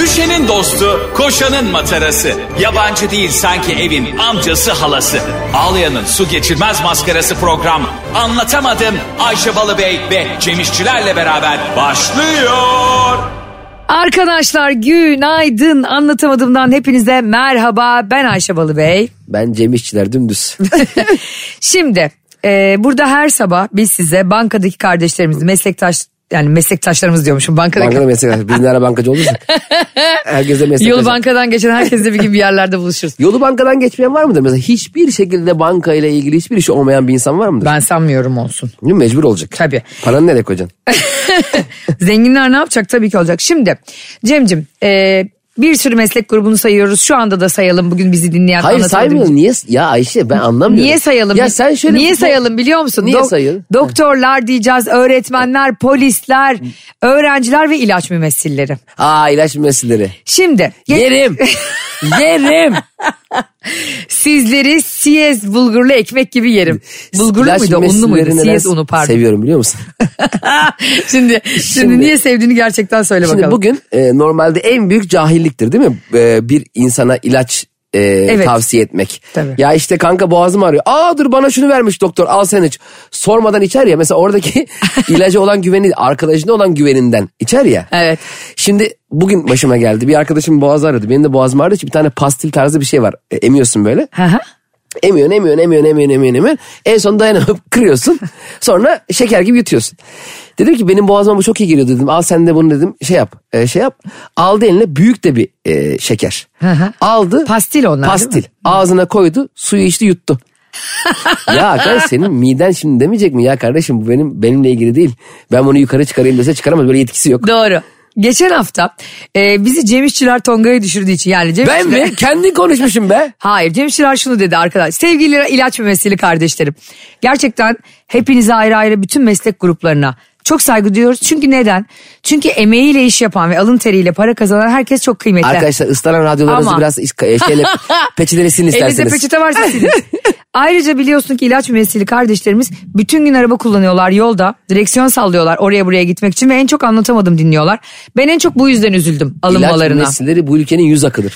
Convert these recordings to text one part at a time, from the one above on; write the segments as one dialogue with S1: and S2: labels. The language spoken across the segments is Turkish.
S1: Ayşe'nin dostu, koşanın matarası. Yabancı değil sanki evin amcası halası. Ağlayan'ın su geçirmez maskarası program. Anlatamadım Ayşe Balıbey ve Cemişçilerle beraber başlıyor.
S2: Arkadaşlar günaydın anlatamadığımdan hepinize merhaba ben Ayşe Balıbey.
S3: Ben Cem İşçiler dümdüz.
S2: Şimdi e, burada her sabah biz size bankadaki kardeşlerimiz meslektaş yani meslektaşlarımız diyormuşum bankadaki.
S3: Bankada meslek. Biz ne ara bankacı olursak. Herkese meslek.
S2: Yol bankadan geçen herkesle bir gibi bir yerlerde buluşuruz.
S3: Yolu bankadan geçmeyen var mıdır? Mesela hiçbir şekilde banka ile ilgili hiçbir işi olmayan bir insan var mıdır?
S2: Ben sanmıyorum olsun.
S3: Değil mi? Mecbur olacak.
S2: Tabii.
S3: Paranı nereye koyacaksın?
S2: Zenginler ne yapacak? Tabii ki olacak. Şimdi Cem'cim e, bir sürü meslek grubunu sayıyoruz. Şu anda da sayalım bugün bizi dinleyen.
S3: Hayır
S2: anlatamadığım-
S3: saymıyorum. Niye? Ya Ayşe ben anlamıyorum.
S2: Niye sayalım?
S3: Ya sen şöyle.
S2: Niye
S3: bir-
S2: sayalım biliyor musun?
S3: Niye
S2: Dok-
S3: sayalım?
S2: Doktorlar diyeceğiz, öğretmenler, polisler, öğrenciler ve ilaç mümessilleri.
S3: Aa ilaç meselleri.
S2: Şimdi ge-
S3: Yerim. Yerim.
S2: sizleri siyez bulgurlu ekmek gibi yerim. Bulgurlu
S3: İlaç
S2: muydu, unlu muydu?
S3: meselleri
S2: Siyez
S3: neden
S2: unu pardon.
S3: Seviyorum biliyor musun?
S2: şimdi, şimdi niye sevdiğini gerçekten söyle
S3: Şimdi
S2: bakalım.
S3: bugün e, normalde en büyük cahilliktir değil mi? E, bir insana ilaç e, tavsiye etmek.
S2: Tabii.
S3: Ya işte kanka boğazım ağrıyor. Aa dur bana şunu vermiş doktor al sen iç. Sormadan içer ya mesela oradaki ilaca olan güveni arkadaşına olan güveninden içer ya.
S2: Evet.
S3: Şimdi bugün başıma geldi bir arkadaşım boğazı ağrıyordu. Benim de boğazım ağrıdığı için bir tane pastil tarzı bir şey var. E, emiyorsun böyle.
S2: Hı hı.
S3: Emiyorsun, emiyorsun, emiyorsun, emiyorsun, emiyorsun, emiyorsun. En son dayanamıp kırıyorsun. Sonra şeker gibi yutuyorsun. Dedim ki benim boğazıma bu çok iyi geliyor dedim. Al sen de bunu dedim. Şey yap, e, şey yap. Aldı eline büyük de bir e, şeker.
S2: hı.
S3: Aldı.
S2: Pastil onlar, değil
S3: Pastil.
S2: mi?
S3: Ağzına koydu, suyu içti, yuttu. ya arkadaş senin miden şimdi demeyecek mi? Ya kardeşim bu benim benimle ilgili değil. Ben bunu yukarı çıkarayım dese çıkaramaz. Böyle yetkisi yok.
S2: Doğru. Geçen hafta e, bizi Cem İşçiler Tonga'ya düşürdüğü için yani Cem
S3: Ben
S2: İşçiler-
S3: mi? Kendin konuşmuşum be.
S2: Hayır Cem Şirar şunu dedi arkadaş. Sevgili ilaç mümessili kardeşlerim. Gerçekten hepinize ayrı ayrı bütün meslek gruplarına çok saygı duyuyoruz. Çünkü neden? Çünkü emeğiyle iş yapan ve alın teriyle para kazanan herkes çok kıymetli.
S3: Arkadaşlar ıslanan radyolarınızı
S2: Ama-
S3: biraz iş- e, şeyle peçeleri silin isterseniz.
S2: Elinizde peçete varsa silin. Ayrıca biliyorsun ki ilaç mümessili kardeşlerimiz bütün gün araba kullanıyorlar yolda. Direksiyon sallıyorlar oraya buraya gitmek için ve en çok anlatamadım dinliyorlar. Ben en çok bu yüzden üzüldüm alınmalarına.
S3: İlaç nesilleri bu ülkenin yüz akıdır.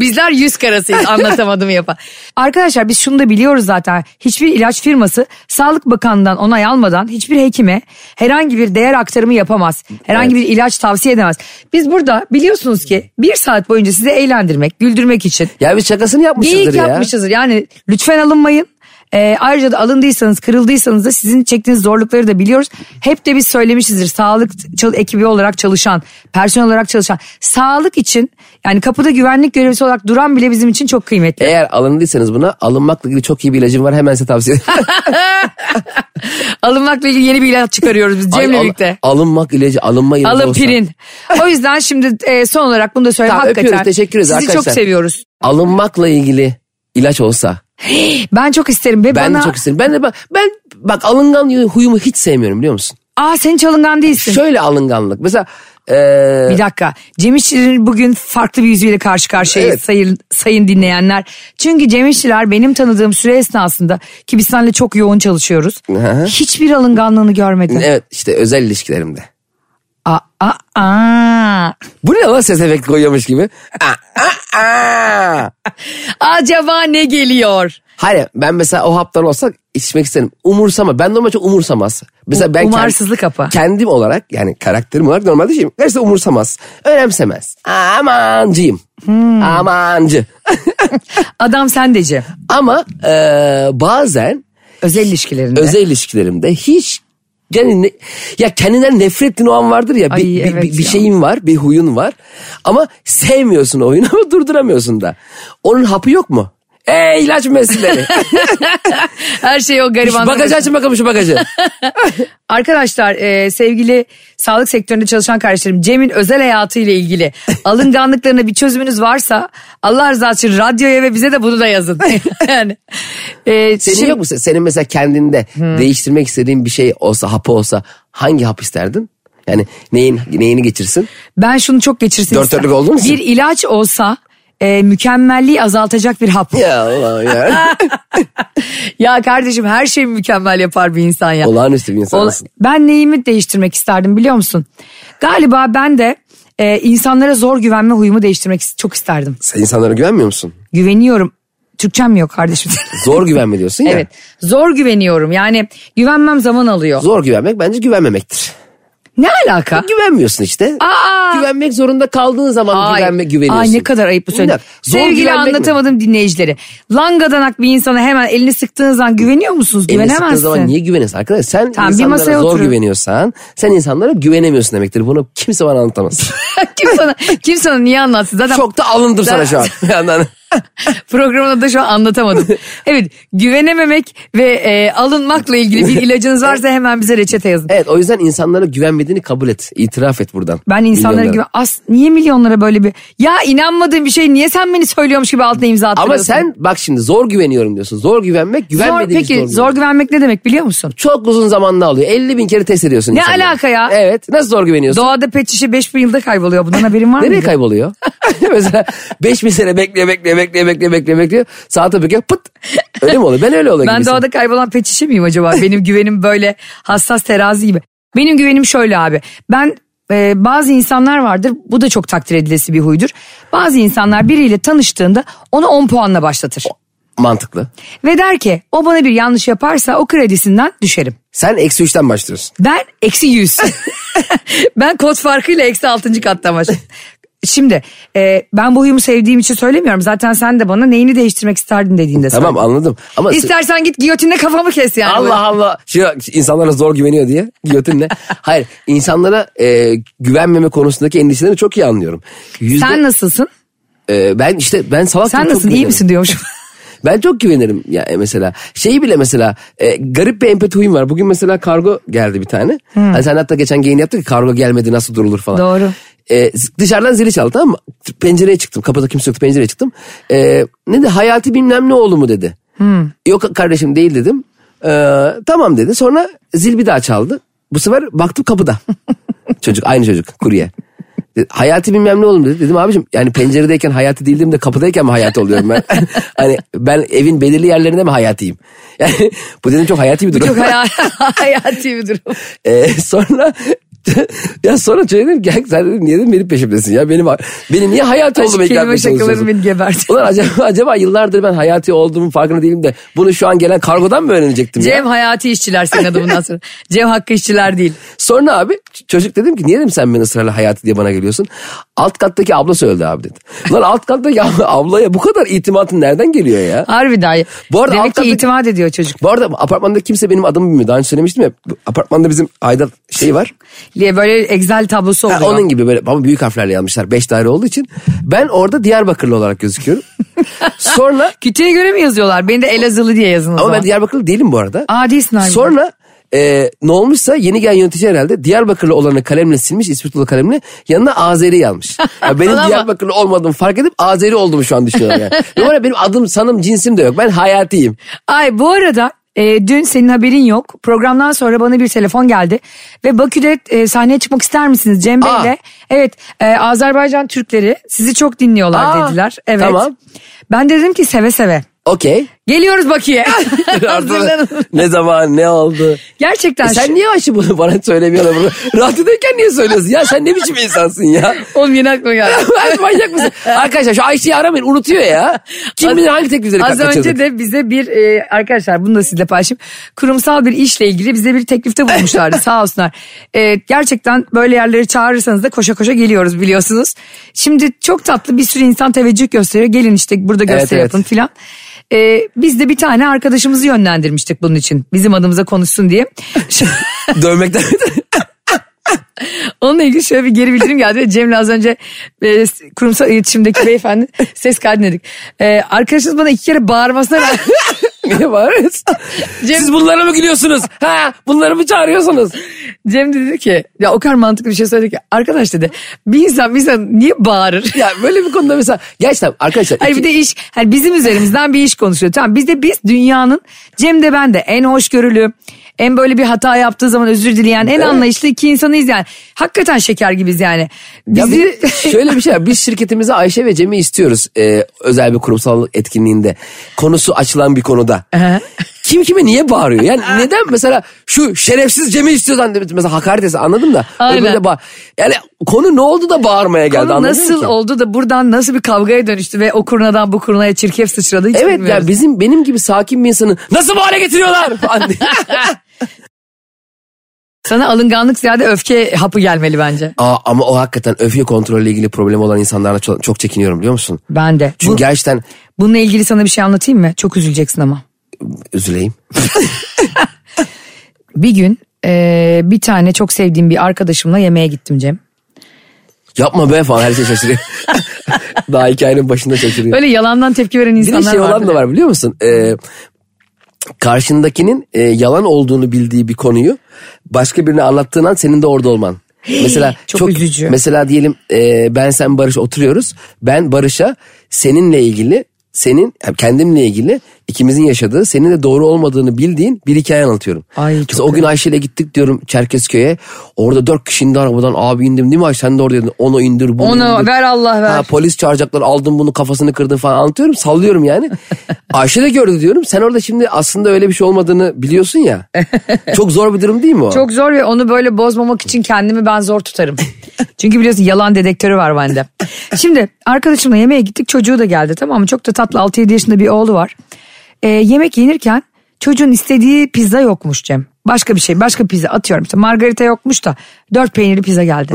S2: Bizler yüz karasıyız anlatamadım yapan. Arkadaşlar biz şunu da biliyoruz zaten. Hiçbir ilaç firması Sağlık Bakanı'ndan onay almadan hiçbir hekime herhangi bir değer aktarımı yapamaz. Herhangi bir ilaç tavsiye edemez. Biz burada biliyorsunuz ki bir saat boyunca sizi eğlendirmek, güldürmek için
S3: ya biz şakasını yapmışızdır
S2: geyik
S3: ya.
S2: yapmışızdır. Yani lütfen alınmayın. Ee, ayrıca da alındıysanız kırıldıysanız da sizin çektiğiniz zorlukları da biliyoruz. Hep de biz söylemişizdir sağlık çal- ekibi olarak çalışan, personel olarak çalışan. Sağlık için yani kapıda güvenlik görevlisi olarak duran bile bizim için çok kıymetli.
S3: Eğer alındıysanız buna alınmakla ilgili çok iyi bir ilacım var hemen size tavsiye ederim.
S2: Alınmakla ilgili yeni bir ilaç çıkarıyoruz biz
S3: Ay,
S2: Cem'le
S3: al-
S2: birlikte.
S3: alınmak ilacı alınma ilacı
S2: Alın
S3: olsa-
S2: pirin. O yüzden şimdi e, son olarak bunu da söyleyeyim.
S3: Tamam,
S2: Hakikaten
S3: öpüyoruz, teşekkür ederiz
S2: sizi
S3: arkadaşlar.
S2: çok seviyoruz.
S3: Alınmakla ilgili ilaç olsa
S2: Ben çok isterim. Ve
S3: ben
S2: bana,
S3: de çok isterim. Ben de bak, ben bak alıngan huyumu hiç sevmiyorum biliyor musun?
S2: Aa sen çalıngan değilsin.
S3: Şöyle alınganlık. Mesela e,
S2: Bir dakika. Cem İşçilerin bugün farklı bir yüzüyle karşı karşıyayız
S3: Evet.
S2: sayın, sayın dinleyenler. Çünkü Cem İşçiler benim tanıdığım süre esnasında ki biz seninle çok yoğun çalışıyoruz.
S3: hı.
S2: Hiçbir alınganlığını görmedim.
S3: evet işte özel ilişkilerimde.
S2: Aa, aa, aa.
S3: Bu ne lan ses efekti koyuyormuş gibi. Aa, aa, aa.
S2: Acaba ne geliyor?
S3: Hayır ben mesela o haptan olsak içmek isterim. Umursama. Ben normalde çok umursamaz. Mesela
S2: U-
S3: ben kend-
S2: umarsızlık hapı.
S3: Kendim olarak yani karakterim olarak normalde şeyim. Gerçi umursamaz. Önemsemez. Amancıyım.
S2: Hmm.
S3: Amancı.
S2: Adam sen de Cem.
S3: Ama eee, bazen
S2: Özel ilişkilerinde.
S3: özel ilişkilerimde hiç yani ne- ya kendinden nefret ettiğin o an vardır ya. Bir,
S2: Ay,
S3: bir-
S2: evet
S3: bir- bir
S2: ya.
S3: şeyin var, bir huyun var. Ama sevmiyorsun o oyunu ama durduramıyorsun da. Onun hapı yok mu? Ey ilaç meseleleri.
S2: Her şey o gariban.
S3: bagajı açın bakalım şu bagajı.
S2: Arkadaşlar e, sevgili sağlık sektöründe çalışan kardeşlerim Cem'in özel hayatıyla ilgili alınganlıklarına bir çözümünüz varsa Allah rızası için radyoya ve bize de bunu da yazın. yani, e,
S3: Senin
S2: şimdi-
S3: yok mu? Senin mesela kendinde değiştirmek istediğin bir şey olsa, hapı olsa hangi hap isterdin? Yani neyin neyini geçirsin?
S2: Ben şunu çok geçirsin
S3: Dört
S2: ister-
S3: dörtlük oldu mu sen?
S2: Bir ilaç olsa e, mükemmelliği azaltacak bir hap.
S3: Ya Allah ya.
S2: ya kardeşim her şeyi mükemmel yapar bir insan ya.
S3: Olağanüstü bir
S2: Ol-
S3: insansın.
S2: ben neyimi değiştirmek isterdim biliyor musun? Galiba ben de e, e, insanlara zor güvenme huyumu değiştirmek is- çok isterdim.
S3: Sen insanlara güvenmiyor musun?
S2: Güveniyorum. Türkçem yok kardeşim.
S3: Zor güvenme diyorsun ya.
S2: evet. Zor güveniyorum. Yani güvenmem zaman alıyor.
S3: Zor güvenmek bence güvenmemektir.
S2: Ne alaka?
S3: Güvenmiyorsun işte.
S2: Aa!
S3: Güvenmek zorunda kaldığın zaman
S2: Ay.
S3: güvenme güveniyorsun.
S2: Ay ne kadar ayıp bu
S3: Bir
S2: söylediğin.
S3: dakika, zor
S2: Sevgili
S3: güvenmek mi?
S2: anlatamadım dinleyicileri. Langadanak bir insana hemen elini sıktığın zaman güveniyor musunuz?
S3: Eline sıktığın
S2: Güvenemezsin.
S3: zaman niye güvenesin? Arkadaş sen
S2: Tamam, bir masaya
S3: insanlara zor
S2: oturun.
S3: güveniyorsan sen insanlara güvenemiyorsun demektir. Bunu kimse bana anlatamaz.
S2: kim sana, kim sana niye anlatsın? Zaten
S3: Çok da alındım sana şu an. Yani
S2: programına da şu an anlatamadım. evet güvenememek ve e, alınmakla ilgili bir ilacınız varsa hemen bize reçete yazın.
S3: evet o yüzden insanlara güvenmediğini kabul et. İtiraf et buradan.
S2: Ben insanlara
S3: Milyonlara.
S2: güven... As, niye milyonlara böyle bir... Ya inanmadığım bir şey niye sen beni söylüyormuş gibi altına imza
S3: Ama
S2: attırıyorsun?
S3: sen bak şimdi zor güveniyorum diyorsun. Zor güvenmek
S2: Zor,
S3: güvenmediğin
S2: peki
S3: zor
S2: zor güvenmek ne demek biliyor musun?
S3: Çok uzun zamanda alıyor. 50 bin kere test ediyorsun
S2: Ne
S3: insanları.
S2: alaka ya?
S3: Evet. Nasıl zor güveniyorsun?
S2: Doğada pet şişe 5 bin yılda kayboluyor. Bundan haberin var mı?
S3: Nereye kayboluyor? Mesela 5 bin sene bekliyor, bekliyor, bekliyor, bekliyor, bekliyor, bekliyor. Saate bakıyor pıt. Öyle mi oluyor? Ben öyle oluyor
S2: Ben
S3: gibisin.
S2: doğada kaybolan pet şişe miyim acaba? Benim güvenim böyle hassas terazi gibi. Benim güvenim şöyle abi. Ben e, bazı insanlar vardır. Bu da çok takdir edilesi bir huydur. Bazı insanlar biriyle tanıştığında onu 10 puanla başlatır.
S3: Mantıklı.
S2: Ve der ki o bana bir yanlış yaparsa o kredisinden düşerim.
S3: Sen eksi üçten başlıyorsun.
S2: Ben eksi 100. ben kod farkıyla eksi 6. kattan başladım. Şimdi e, ben bu huyumu sevdiğim için söylemiyorum. Zaten sen de bana neyini değiştirmek isterdin dediğinde
S3: Tamam
S2: söyledin.
S3: anladım. Ama
S2: İstersen git giyotinle kafamı kes yani.
S3: Allah Allah. Şu insanlara zor güveniyor diye. Giyotin ne? Hayır. insanlara e, güvenmeme konusundaki endişelerini çok iyi anlıyorum. Yüzde,
S2: Sen nasılsın?
S3: e, ben işte ben salak
S2: Sen
S3: gibi çok
S2: nasılsın? İyi
S3: güvenirim.
S2: misin diyormuşum.
S3: Ben çok güvenirim ya e, mesela. Şeyi bile mesela e, garip bir empati huyum var. Bugün mesela kargo geldi bir tane. Hani sen hatta geçen yayın yaptık ki kargo gelmedi nasıl durulur falan.
S2: Doğru.
S3: E, z- dışarıdan zili çaldı tamam mı? Pencereye çıktım. Kapıda kimse yoktu pencereye çıktım. E, ne de hayati bilmem ne oğlu mu dedi. Yok kardeşim değil dedim. E, tamam dedi. Sonra zil bir daha çaldı. Bu sefer baktım kapıda. çocuk aynı çocuk kurye. Dedi, Hayati bilmem ne oğlum dedi. Dedim abicim yani penceredeyken hayati değildim de kapıdayken mi hayati oluyorum ben? hani ben evin belirli yerlerinde mi hayatiyim? Yani bu dedim çok hayati bir durum.
S2: Çok haya- hayati bir durum.
S3: Ee, sonra ya sonra çocuk dedim ki "Ya sen dedim, niye dedim benim peşimdesin ya benim benim niye hayati
S2: Aşk
S3: olduğumu ikna
S2: kelime
S3: etmeye
S2: şakaları
S3: çalışıyorsun?
S2: beni geberdi.
S3: Ulan acaba, acaba yıllardır ben hayati olduğumun farkında değilim de bunu şu an gelen kargodan mı öğrenecektim ya?
S2: Cem Hayati işçiler senin adı bundan sonra. Cem Hakkı işçiler değil.
S3: Sonra abi ç- çocuk dedim ki niye dedim sen beni ısrarla hayatı diye bana geliyorsun. Alt kattaki abla söyledi abi dedi. Lan alt kattaki abla- ablaya bu kadar itimatın nereden geliyor ya?
S2: Harbiden.
S3: Bu arada
S2: Demek ki
S3: hakikaten-
S2: itimat ediyor çocuk.
S3: Bu arada apartmanda kimse benim adımı bilmiyor. Daha önce söylemiştim ya bu apartmanda bizim Ayda şey var.
S2: Diye böyle Excel tablosu
S3: Ha,
S2: oluyor.
S3: onun gibi böyle ama büyük harflerle yazmışlar. Beş daire olduğu için. Ben orada Diyarbakırlı olarak gözüküyorum. Sonra
S2: Kütüğe göre mi yazıyorlar? Beni de Elazığlı diye yazın o
S3: ama
S2: zaman.
S3: ben Diyarbakırlı değilim bu arada.
S2: Aa değilsin harbiden.
S3: Sonra e, ne olmuşsa yeni gelen yönetici herhalde Diyarbakırlı olanı kalemle silmiş İspirtolu kalemle yanına Azeri almış. Ya benim
S2: Ulan
S3: Diyarbakırlı olmadığımı fark edip Azeri olduğumu şu an düşünüyorum yani. Numara benim adım sanım cinsim de yok ben hayatiyim.
S2: Ay bu arada e, dün senin haberin yok. Programdan sonra bana bir telefon geldi. Ve Bakü'de e, sahneye çıkmak ister misiniz Cem
S3: Aa.
S2: Bey'le? Evet e, Azerbaycan Türkleri sizi çok dinliyorlar
S3: Aa,
S2: dediler. Evet.
S3: tamam.
S2: Ben de dedim ki seve seve.
S3: Okey.
S2: Geliyoruz Bakü'ye. Hazırlanın.
S3: ne zaman ne oldu?
S2: Gerçekten.
S3: E Sen niye aşı bunu bana söylemiyorlar bunu? Radyodayken niye söylüyorsun ya sen ne biçim insansın ya?
S2: Oğlum yeni aklıma geldi.
S3: Ay, Manyak mısın? Arkadaşlar şu Ayşe'yi aramayın unutuyor ya. Kim bilir hangi teklifleri
S2: Az
S3: kaçırdık.
S2: önce de bize bir e, arkadaşlar bunu da sizle paylaşayım. Kurumsal bir işle ilgili bize bir teklifte bulmuşlardı sağ olsunlar. E, gerçekten böyle yerleri çağırırsanız da koşa koşa geliyoruz biliyorsunuz. Şimdi çok tatlı bir sürü insan teveccüh gösteriyor. Gelin işte burada gösteri
S3: evet.
S2: yapın filan. E, biz de bir tane arkadaşımızı yönlendirmiştik bunun için. Bizim adımıza konuşsun diye.
S3: Dövmekten
S2: Onunla ilgili şöyle bir geri bildirim geldi. ve Cem'le az önce e, kurumsal iletişimdeki beyefendi ses kaydını dedik. E, arkadaşımız bana iki kere bağırmasına rağmen-
S3: niye bağırıyorsun?
S2: Cem-
S3: Siz bunlara mı gülüyorsunuz? Ha, bunları mı çağırıyorsunuz?
S2: Cem dedi ki ya o kadar mantıklı bir şey söyledi ki arkadaş dedi bir insan bir insan niye bağırır?
S3: Ya böyle bir konuda mesela gerçekten arkadaşlar
S2: Hayır bir de iş hani bizim üzerimizden bir iş konuşuyor. Tamam biz de biz dünyanın Cem de ben de en hoşgörülü en böyle bir hata yaptığı zaman özür dileyen en anlayışlı iki insanıyız yani. Hakikaten şeker gibiyiz yani.
S3: Ya
S2: Bizi
S3: bir- şöyle bir şey var. Biz şirketimize Ayşe ve Cem'i istiyoruz. e, özel bir kurumsal etkinliğinde. Konusu açılan bir konuda. kim kime niye bağırıyor? Yani neden mesela şu şerefsiz Cem'i istiyorsan mesela hakaret etsin anladım da.
S2: Aynen.
S3: öbürü de bağır- Yani konu ne oldu da bağırmaya geldi
S2: Konu
S3: anladın
S2: nasıl
S3: ki?
S2: oldu da buradan nasıl bir kavgaya dönüştü ve o kurnadan bu kurnaya çirkef sıçradı hiç
S3: Evet
S2: bilmiyoruz.
S3: ya bizim benim gibi sakin bir insanı nasıl bu hale getiriyorlar falan diye.
S2: Sana alınganlık ziyade öfke hapı gelmeli bence.
S3: Aa, ama o hakikaten öfke kontrolüyle ilgili problemi olan insanlarla çok, çok çekiniyorum biliyor musun?
S2: Ben de.
S3: Çünkü
S2: Bu-
S3: gerçekten
S2: bununla ilgili sana bir şey anlatayım mı? Çok üzüleceksin ama.
S3: üzüleyim.
S2: Bir gün eee, bir tane çok sevdiğim bir arkadaşımla yemeğe gittim Cem.
S3: Yapma be falan her şey şaşırıyor. Daha hikayenin başında şaşırıyor.
S2: Böyle yalandan tepki veren
S3: Bir de
S2: insanlar
S3: şey
S2: var.
S3: olan da var biliyor musun? Ee, karşındakinin e, yalan olduğunu bildiği bir konuyu başka birine anlattığın an senin de orada olman. Mesela
S2: çok üzücü.
S3: Mesela diyelim e, ben sen Barış oturuyoruz. Ben Barış'a seninle ilgili senin yani kendimle ilgili ikimizin yaşadığı senin de doğru olmadığını bildiğin bir hikaye anlatıyorum.
S2: Ay, çok
S3: Mesela o gün Ayşe'yle gittik diyorum Çerkezköy'e. Orada dört kişi indi arabadan abi indim değil mi Ayşe sen de oradaydın. Onu indir bunu
S2: Onu
S3: indir.
S2: ver Allah ver.
S3: Ha, polis çağıracaklar aldım bunu kafasını kırdım falan anlatıyorum sallıyorum yani. Ayşe de gördü diyorum. Sen orada şimdi aslında öyle bir şey olmadığını biliyorsun ya. Çok zor bir durum değil mi o?
S2: Çok zor ve onu böyle bozmamak için kendimi ben zor tutarım. Çünkü biliyorsun yalan dedektörü var bende. Şimdi arkadaşımla yemeğe gittik çocuğu da geldi tamam mı? Çok da tatlı 6-7 yaşında bir oğlu var. Ee, yemek yenirken çocuğun istediği pizza yokmuş Cem. Başka bir şey başka pizza atıyorum işte margarita yokmuş da dört peynirli pizza geldi.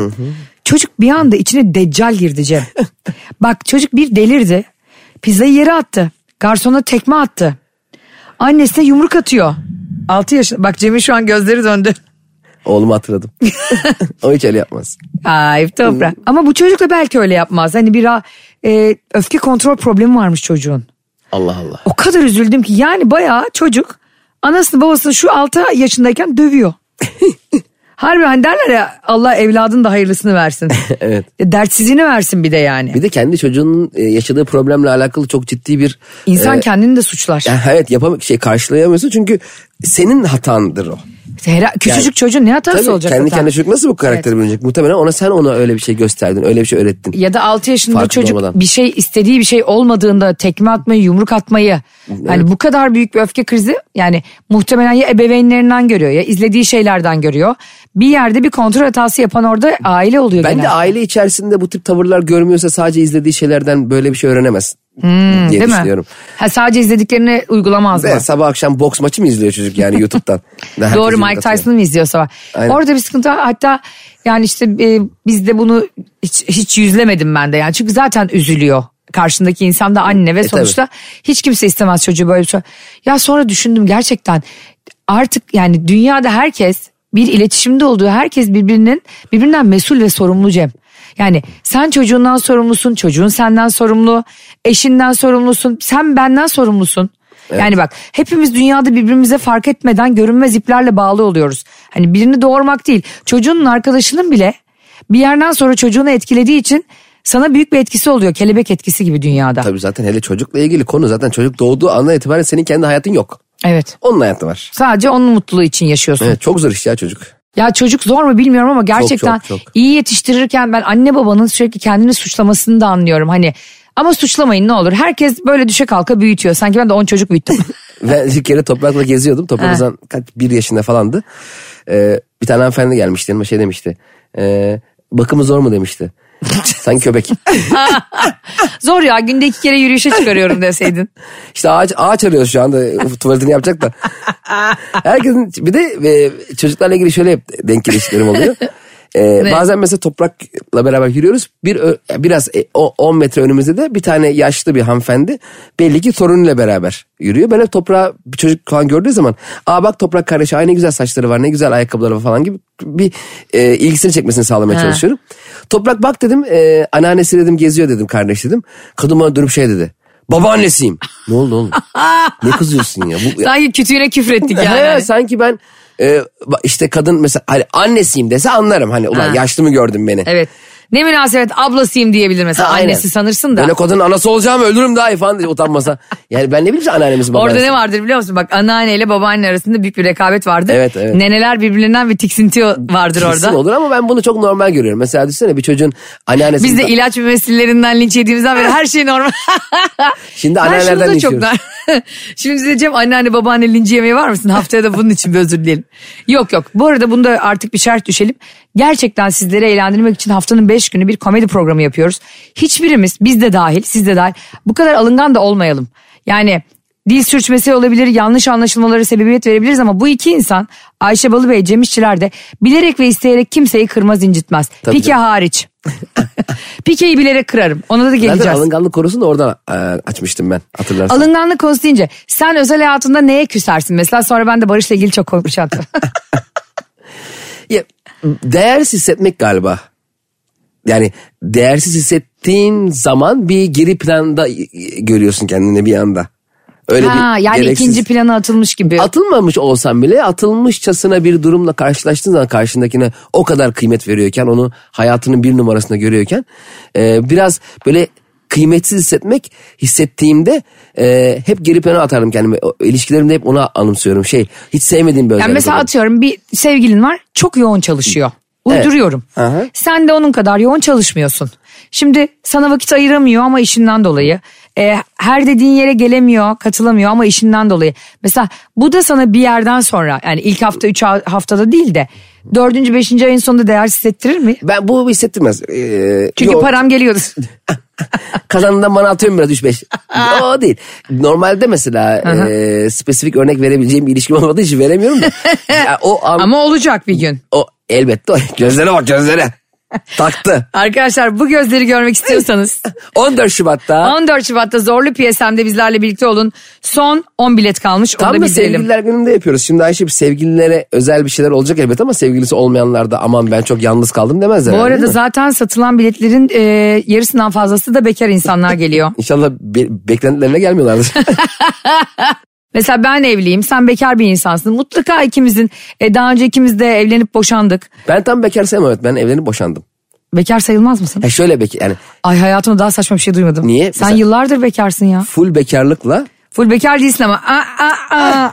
S2: Çocuk bir anda içine deccal girdi Cem. Bak çocuk bir delirdi. Pizzayı yere attı. Garsona tekme attı. Annesine yumruk atıyor. 6 yaşında. Bak Cem'in şu an gözleri döndü.
S3: Oğlumu hatırladım. o hiç öyle yapmaz.
S2: Ay toprak. Ama bu çocuk da belki öyle yapmaz. Hani bir a- e, öfke kontrol problemi varmış çocuğun.
S3: Allah Allah.
S2: O kadar üzüldüm ki yani bayağı çocuk anasını babasını şu 6 yaşındayken dövüyor. Harbi hani derler ya Allah evladın da hayırlısını versin.
S3: Evet.
S2: E, Dertsizliğini versin bir de yani.
S3: Bir de kendi çocuğunun e, yaşadığı problemle alakalı çok ciddi bir...
S2: İnsan
S3: e,
S2: kendini de suçlar.
S3: yani evet yapam şey karşılayamıyorsun çünkü senin hatandır o.
S2: Hera- küçücük
S3: yani-
S2: çocuğun ne hatası
S3: Tabii
S2: olacak
S3: kendi
S2: zaten?
S3: kendine çocuk nasıl bu karakteri bilinecek? Muhtemelen ona sen ona öyle bir şey gösterdin, öyle bir şey öğrettin.
S2: Ya da 6 yaşında
S3: Farkında
S2: çocuk
S3: olmadan.
S2: bir şey istediği bir şey olmadığında tekme atmayı, yumruk atmayı. Hani bu kadar büyük bir öfke krizi yani muhtemelen ya ebeveynlerinden görüyor ya izlediği şeylerden görüyor. Bir yerde bir kontrol hatası yapan orada aile oluyor
S3: Ben de
S2: genelde.
S3: aile içerisinde bu tip tavırlar görmüyorsa sadece izlediği şeylerden böyle bir şey öğrenemez diye
S2: Hmm, Değil mi?
S3: düşünüyorum.
S2: Ha, sadece izlediklerini uygulamaz mı?
S3: Ve sabah akşam boks maçı mı izliyor çocuk yani YouTube'dan? Daha herkes
S2: Doğru
S3: yumruk
S2: Mike
S3: atıyor.
S2: Tyson'ı mı izliyor sabah?
S3: Aynen.
S2: Orada bir sıkıntı var. Hatta yani işte e, biz de bunu hiç, hiç yüzlemedim ben de yani. Çünkü zaten üzülüyor. Karşındaki insan da anne
S3: E,
S2: ve sonuçta hiç kimse istemez çocuğu böyle bir şey. Ya sonra düşündüm gerçekten artık yani dünyada herkes bir iletişimde olduğu herkes birbirinin birbirinden mesul ve sorumlu Cem. Yani sen çocuğundan sorumlusun, çocuğun senden sorumlu, eşinden sorumlusun, sen benden sorumlusun. Yani bak hepimiz dünyada birbirimize fark etmeden görünmez iplerle bağlı oluyoruz. Hani birini doğurmak değil çocuğunun arkadaşının bile bir yerden sonra çocuğunu etkilediği için sana büyük bir etkisi oluyor. Kelebek etkisi gibi dünyada.
S3: Tabii zaten hele çocukla ilgili konu zaten çocuk doğduğu andan itibaren senin kendi hayatın yok.
S2: Evet.
S3: Onun hayatı var.
S2: Sadece onun mutluluğu için yaşıyorsun.
S3: Evet, çok zor iş ya çocuk.
S2: Ya çocuk zor mu bilmiyorum ama gerçekten
S3: çok, çok.
S2: iyi yetiştirirken ben anne babanın sürekli kendini suçlamasını da anlıyorum. Hani ama suçlamayın ne olur. Herkes böyle düşe kalka büyütüyor. Sanki ben de 10 çocuk büyüttüm.
S3: Ben bir kere toprakla geziyordum. Toprak
S2: Ha.
S3: o zaman kaç, bir yaşında falandı. Ee, bir tane hanımefendi gelmişti yanıma şey demişti. Ee, bakımı zor mu demişti. Sanki köpek.
S2: Zor ya günde iki kere yürüyüşe çıkarıyorum deseydin.
S3: İşte ağaç, ağaç arıyoruz şu anda tuvaletini yapacak da. Herkesin bir de e, çocuklarla ilgili şöyle hep denk gelişlerim oluyor. E,
S2: Ne?
S3: bazen mesela toprakla beraber yürüyoruz. Bir ö- biraz e, o 10 metre önümüzde de bir tane yaşlı bir hanımefendi belli ki torunuyla beraber yürüyor. Ben hep toprağa bir çocuk falan gördüğü zaman aa bak toprak kardeşi ay ne güzel saçları var ne güzel ayakkabıları var falan gibi bir e, ilgisini çekmesini sağlamaya
S2: Ha.
S3: çalışıyorum. Toprak bak dedim e, anneannesi dedim geziyor dedim kardeş dedim. Kadın bana dönüp şey dedi. Babaannesiyim. Ne oldu oğlum? ne kızıyorsun ya? Bu,
S2: Sanki kütüğüne küfrettik yani. hani.
S3: He, sanki ben e, ba- işte kadın mesela hani annesiyim dese anlarım hani ulan
S2: Ha.
S3: yaşlı mı gördün beni?
S2: Evet. Ne münasebet ablasıyım diyebilir mesela.
S3: Ha, aynen.
S2: Annesi sanırsın da.
S3: Ben o kadının anası olacağım ölürüm daha iyi falan diye utanmasa. Yani ben ne bileyim anneannemiz
S2: Orada ne vardır biliyor musun? Bak anneanneyle babaanne arasında büyük bir rekabet vardır.
S3: Evet, evet.
S2: Neneler birbirlerinden bir tiksinti vardır
S3: Kesin
S2: orada.
S3: olur ama ben bunu çok normal görüyorum. Mesela düşünsene bir çocuğun anneannesi.
S2: Biz de ilaç mümessillerinden linç yediğimizden beri her şey normal.
S3: Şimdi
S2: ben şunu
S3: anneannelerden
S2: da
S3: linç
S2: çok
S3: yiyoruz.
S2: ben, Şimdi diyeceğim anneanne babaanne linci yemeği var mısın? Haftaya da bunun için bir özür dileyelim. Yok yok bu arada bunda artık bir şart düşelim. Gerçekten sizleri eğlendirmek için haftanın 5 günü bir komedi programı yapıyoruz. Hiçbirimiz biz de dahil siz de dahil bu kadar alıngan da olmayalım. Yani dil sürçmesi olabilir, yanlış anlaşılmalara sebebiyet verebiliriz ama bu iki insan Ayşe Balıbey, Cem İşçiler de bilerek ve isteyerek kimseyi kırmaz incitmez.
S3: Tabii
S2: Pike
S3: canım.
S2: hariç. Pike'yi bilerek kırarım. Ona da geleceğiz.
S3: Zaten alınganlık korusunu oradan e, açmıştım ben hatırlarsan.
S2: Alınganlık konusu deyince sen özel hayatında neye küsersin? Mesela sonra ben de Barış'la ilgili çok konuşacağım.
S3: Ya, değersiz hissetmek galiba. Yani değersiz hissettiğin zaman bir geri planda e, görüyorsun kendini bir anda. Öyle
S2: ha,
S3: bir
S2: yani
S3: gereksiz-
S2: ikinci plana atılmış gibi.
S3: Atılmamış olsan bile atılmışçasına bir durumla karşılaştığın zaman karşındakine o kadar kıymet veriyorken onu hayatının bir numarasında görüyorken e, biraz böyle kıymetsiz hissetmek hissettiğimde e, hep geri plana atarım kendimi. O, ilişkilerimde hep ona anımsıyorum. Şey hiç sevmediğim bir
S2: yani
S3: özellik
S2: mesela
S3: olarak.
S2: atıyorum bir sevgilin var çok yoğun çalışıyor.
S3: Evet.
S2: Uyduruyorum.
S3: Aha.
S2: Sen de onun kadar yoğun çalışmıyorsun. Şimdi sana vakit ayıramıyor ama işinden dolayı. Ee, her dediğin yere gelemiyor, katılamıyor ama işinden dolayı. Mesela bu da sana bir yerden sonra yani ilk hafta, üç ha- haftada değil de dördüncü, beşinci ayın sonunda değersiz hissettirir mi?
S3: Ben bu hissettirmez. Ee,
S2: Çünkü
S3: yok,
S2: param geliyordu.
S3: Kazanından bana atıyorum biraz 3-5. o değil. Normalde mesela e, spesifik örnek verebileceğim bir ilişkim olmadığı için veremiyorum da. Ya o, an-
S2: Ama olacak bir gün.
S3: o elbette o. Gözlere bak gözlere. Taktı.
S2: Arkadaşlar bu gözleri görmek istiyorsanız
S3: 14 Şubat'ta.
S2: 14 Şubat'ta Zorlu PSM'de bizlerle birlikte olun. Son 10 bilet kalmış. Onu
S3: Tam
S2: da
S3: da
S2: bildirelim.
S3: sevgililer gününde yapıyoruz. Şimdi Ayşe bir sevgililere özel bir şeyler olacak elbet ama sevgilisi olmayanlar da aman ben çok yalnız kaldım demezler.
S2: Bu
S3: herhalde,
S2: arada
S3: değil mi?
S2: zaten satılan biletlerin e, yarısından fazlası da bekar insanlar geliyor.
S3: İnşallah be- beklentilerine gelmiyorlardır.
S2: Mesela ben evliyim, sen bekar bir insansın. Mutlaka ikimizin, e, daha önce ikimiz de evlenip boşandık.
S3: ben tam bekar sayamam evet. Ben evlenip boşandım.
S2: Bekar sayılmaz mısın?
S3: Ya şöyle bekar yani
S2: Ay hayatımda daha saçma bir şey duymadım.
S3: Niye?
S2: Sen
S3: Mesela-
S2: yıllardır bekarsın ya.
S3: full bekarlıkla
S2: Full bekar değilsin ama. Aa, aa, aa.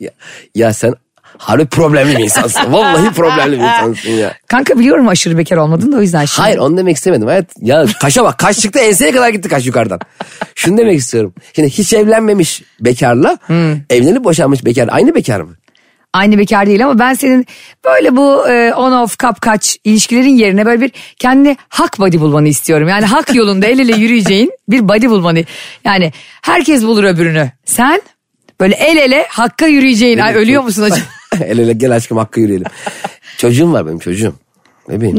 S3: Ya, ya sen harbi problemli bir insansın. Vallahi problemli bir insansın ya.
S2: Kanka biliyorum aşırı bekar olmadın da o yüzden şimdi.
S3: Hayır onu demek istemedim. Hayat, ya kaşa bak kaş çıktı enseye kadar gitti kaş yukarıdan. Şunu demek istiyorum. Şimdi hiç evlenmemiş bekarla evlenip boşanmış bekar aynı bekar mı?
S2: aynı bekar değil ama ben senin böyle bu e, on off kap kaç ilişkilerin yerine böyle bir kendine hak body bulmanı istiyorum. Yani hak yolunda el ele yürüyeceğin bir body bulmanı. Yani herkes bulur öbürünü. Sen böyle el ele hakka yürüyeceğin. Ay, ölüyor musun acaba?
S3: El ele gel aşkım hakkı yürüyelim. çocuğum var benim çocuğum. Bebeğim.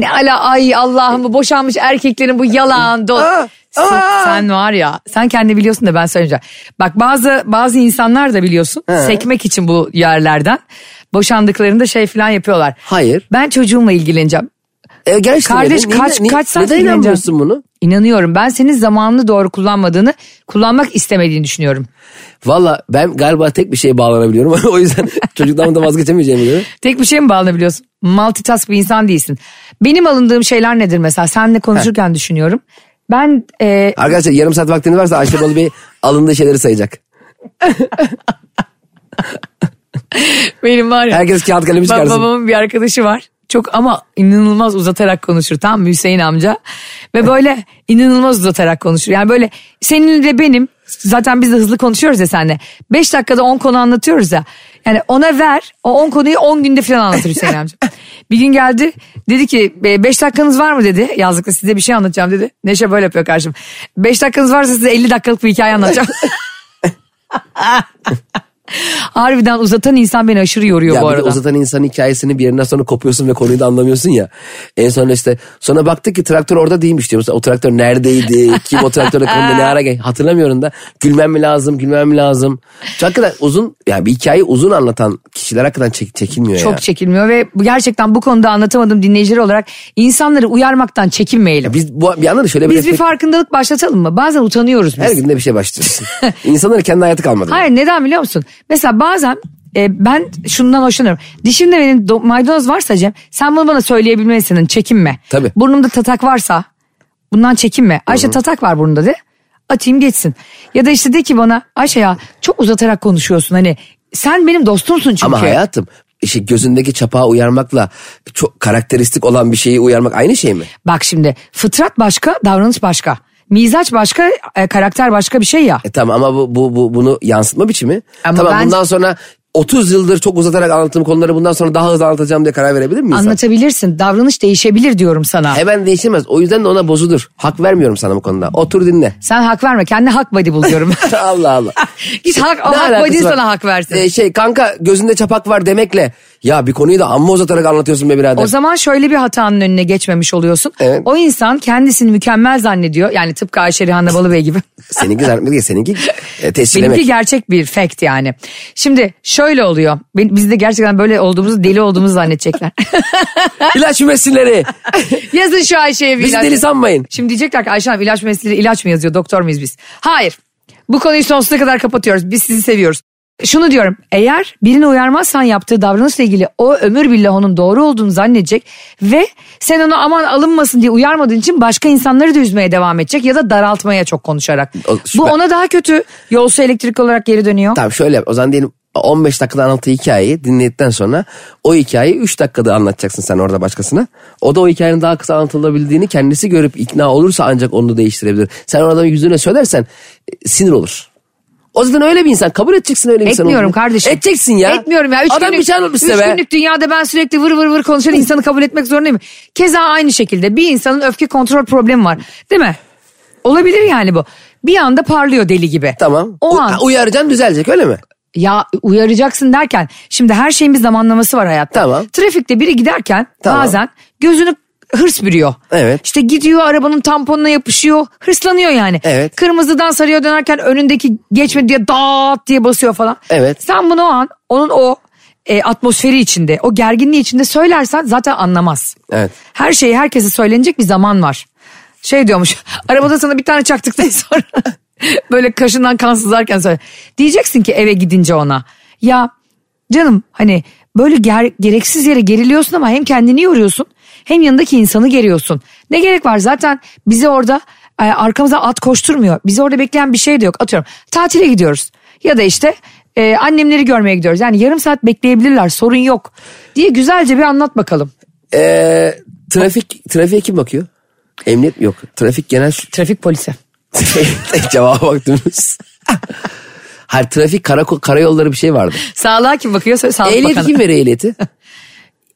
S2: Ne ala ay Allah'ım bu boşanmış erkeklerin bu yalan do.
S3: Aa,
S2: Sen-
S3: aa.
S2: Sen var ya sen kendi biliyorsun da ben söyleyeceğim. Bak bazı bazı insanlar da biliyorsun sekmek için bu yerlerden boşandıklarında şey falan yapıyorlar.
S3: Hayır.
S2: Ben çocuğumla ilgileneceğim.
S3: E, gel işte
S2: Kardeş,
S3: bebeğim.
S2: kaç- kaç saat
S3: Neden
S2: dinleneceğim?
S3: inanmıyorsun bunu?
S2: İnanıyorum ben senin zamanını doğru kullanmadığını kullanmak istemediğini düşünüyorum.
S3: Valla ben galiba tek bir şeye bağlanabiliyorum. o yüzden çocuktan da vazgeçemeyeceğimi göre.
S2: Tek bir şeye mi bağlanabiliyorsun? Multitask bir insan değilsin. Benim alındığım şeyler nedir mesela? Seninle konuşurken düşünüyorum. Ben e,
S3: Arkadaşlar yarım saat vaktiniz varsa Ayşe Balı Bey alındığı şeyleri sayacak.
S2: benim var ya.
S3: Herkes kağıt kalemi
S2: Ba-
S3: çıkarsın.
S2: babamın bir arkadaşı var. Çok ama inanılmaz uzatarak konuşur tam Hüseyin amca. Ve böyle inanılmaz uzatarak konuşur. Yani böyle seninle de benim zaten biz de hızlı konuşuyoruz ya seninle. 5 dakikada 10 konu anlatıyoruz ya. Yani ona ver o 10 konuyu 10 günde falan anlatır Hüseyin amca. Bir gün geldi dedi ki 5 dakikanız var mı dedi. Yazlıkta size bir şey anlatacağım dedi. Neşe böyle yapıyor karşım. 5 dakikanız varsa size 50 dakikalık bir hikaye anlatacağım. Harbiden uzatan insan beni aşırı yoruyor
S3: Ya
S2: bu
S3: bir de
S2: arada.
S3: uzatan insanın hikayesini bir yerinden sonra kopuyorsun ve konuyu da anlamıyorsun ya. En sonra işte sonra baktık ki traktör orada değilmiş diyor. Mesela o traktör neredeydi? Kim o traktörle konuda ne ara gel? Hatırlamıyorum da gülmem mi lazım gülmem mi lazım? Çünkü hakikaten uzun ya bir hikayeyi uzun anlatan kişiler hakikaten çek- çekilmiyor ya.
S2: Çok çekilmiyor ve bu- gerçekten bu konuda anlatamadığım dinleyicileri olarak insanları uyarmaktan çekinmeyelim.
S3: Biz bu, bir yandan da şöyle
S2: Biz bir
S3: bir
S2: farkındalık başlatalım mı? Bazen utanıyoruz
S3: her
S2: biz.
S3: günde bir şey başlıyorsun. İnsanların kendi hayatı kalmadı.
S2: Hayır neden biliyor musun? Mesela bazen e, ben şundan hoşlanıyorum. Dişimde benim do- maydanoz varsa Cem sen bunu bana söyleyebilmelisin çekinme.
S3: Tabii.
S2: Burnumda tatak varsa bundan çekinme. Ayşe tatak var burnunda de atayım geçsin. Ya da işte de ki bana Ayşe ya çok uzatarak konuşuyorsun hani sen benim dostumsun çünkü.
S3: Ama hayatım işte gözündeki çapağı uyarmakla çok karakteristik olan bir şeyi uyarmak aynı şey mi?
S2: Bak şimdi fıtrat başka davranış başka. Mizaç başka, e, karakter başka bir şey ya.
S3: E tamam ama bu, bu, bu bunu yansıtma biçimi.
S2: Ama
S3: tamam
S2: bence-
S3: bundan sonra 30 yıldır çok uzatarak anlattığım konuları bundan sonra daha hızlı anlatacağım diye karar verebilir miyiz?
S2: Anlatabilirsin. Davranış değişebilir diyorum sana.
S3: Hemen değişemez. O yüzden de ona bozulur. Hak vermiyorum sana bu konuda. Otur dinle.
S2: Sen hak verme. Kendi hak body bul diyorum.
S3: Allah Allah.
S2: Git hak, o
S3: Ne
S2: hak
S3: alakası
S2: body
S3: var?
S2: sana hak versin.
S3: Ee, şey kanka gözünde çapak var demekle ya bir konuyu da amma uzatarak anlatıyorsun be birader.
S2: O zaman şöyle bir hatanın önüne geçmemiş oluyorsun.
S3: Evet.
S2: O insan kendisini mükemmel zannediyor. Yani tıpkı Ayşe Rihanna Balıbey gibi.
S3: Seninki zannetmedi ya seninki e, tescillemek.
S2: Benimki gerçek bir fact yani. Şimdi şöyle oluyor. Ben- Biz de gerçekten böyle olduğumuzu deli olduğumuzu zannedecekler.
S3: İlaç mümesilleri.
S2: Yazın şu Ayşe'ye bir
S3: Bizi
S2: ilaç.
S3: deli sanmayın.
S2: Şimdi diyecekler ki Ayşe Hanım ilaç mesleği ilaç mı yazıyor doktor muyuz biz? Hayır. Bu konuyu sonsuza kadar kapatıyoruz. Biz sizi seviyoruz. Şunu diyorum eğer birini uyarmazsan yaptığı davranışla ilgili o ömür billah onun doğru olduğunu zannedecek ve sen onu aman alınmasın diye uyarmadığın için başka insanları da üzmeye devam edecek ya da daraltmaya çok konuşarak.
S3: O-
S2: Bu
S3: ben-
S2: ona daha kötü yolsu elektrik olarak geri dönüyor.
S3: Tamam şöyle yap. O zaman diyelim 15 dakikada anlattığı hikayeyi dinledikten sonra o hikayeyi 3 dakikada anlatacaksın sen orada başkasına. O da o hikayenin daha kısa anlatılabildiğini kendisi görüp ikna olursa ancak onu değiştirebilir. Sen oradan yüzüne söylersen e, sinir olur. O zaten öyle bir insan. Kabul edeceksin öyle bir insan.
S2: Etmiyorum
S3: olduğunu.
S2: kardeşim.
S3: Edeceksin ya.
S2: Etmiyorum ya. Üç
S3: Adam
S2: günlük,
S3: bir şey anlatmış
S2: üç
S3: size be.
S2: günlük dünyada ben sürekli vır vır vır konuşan insanı kabul etmek zorundayım. Keza aynı şekilde bir insanın öfke kontrol problemi var. Değil mi? Olabilir yani bu. Bir anda parlıyor deli gibi.
S3: Tamam.
S2: O
S3: U-
S2: an
S3: uyaracaksın düzelecek öyle mi?
S2: ya uyaracaksın derken şimdi her şeyin bir zamanlaması var hayatta.
S3: Tamam.
S2: Trafikte biri giderken
S3: Tamam.
S2: bazen gözünü hırs bürüyor.
S3: Evet.
S2: İşte gidiyor arabanın tamponuna yapışıyor hırslanıyor yani.
S3: Evet.
S2: Kırmızıdan sarıya dönerken önündeki geçme diye dağıt diye basıyor falan.
S3: Evet.
S2: Sen bunu o an onun o e, atmosferi içinde o gerginliği içinde söylersen zaten anlamaz.
S3: Evet.
S2: Her şeyi herkese söylenecek bir zaman var. Şey diyormuş arabada sana bir tane çaktıktan sonra böyle kaşından kan sızarken söyle. Diyeceksin ki eve gidince ona ya canım hani böyle ger- gereksiz yere geriliyorsun ama hem kendini yoruyorsun hem yanındaki insanı geriyorsun. Ne gerek var zaten bizi orada e, arkamıza at koşturmuyor. Bizi orada bekleyen bir şey de yok atıyorum tatile gidiyoruz ya da işte e, annemleri görmeye gidiyoruz. Yani yarım saat bekleyebilirler sorun yok diye güzelce bir anlat bakalım.
S3: Ee, trafik trafiğe kim bakıyor? Emniyet mi? Yok. Trafik genel şu-
S2: Trafik polisi.
S3: Şey, cevaba baktınız. Hayır trafik karakol, karayolları bir şey vardı.
S2: Sağlığa kim bakıyor? Sa- Sağlık
S3: Ehliyeti
S2: Bakanı.
S3: kim veriyor ehliyeti?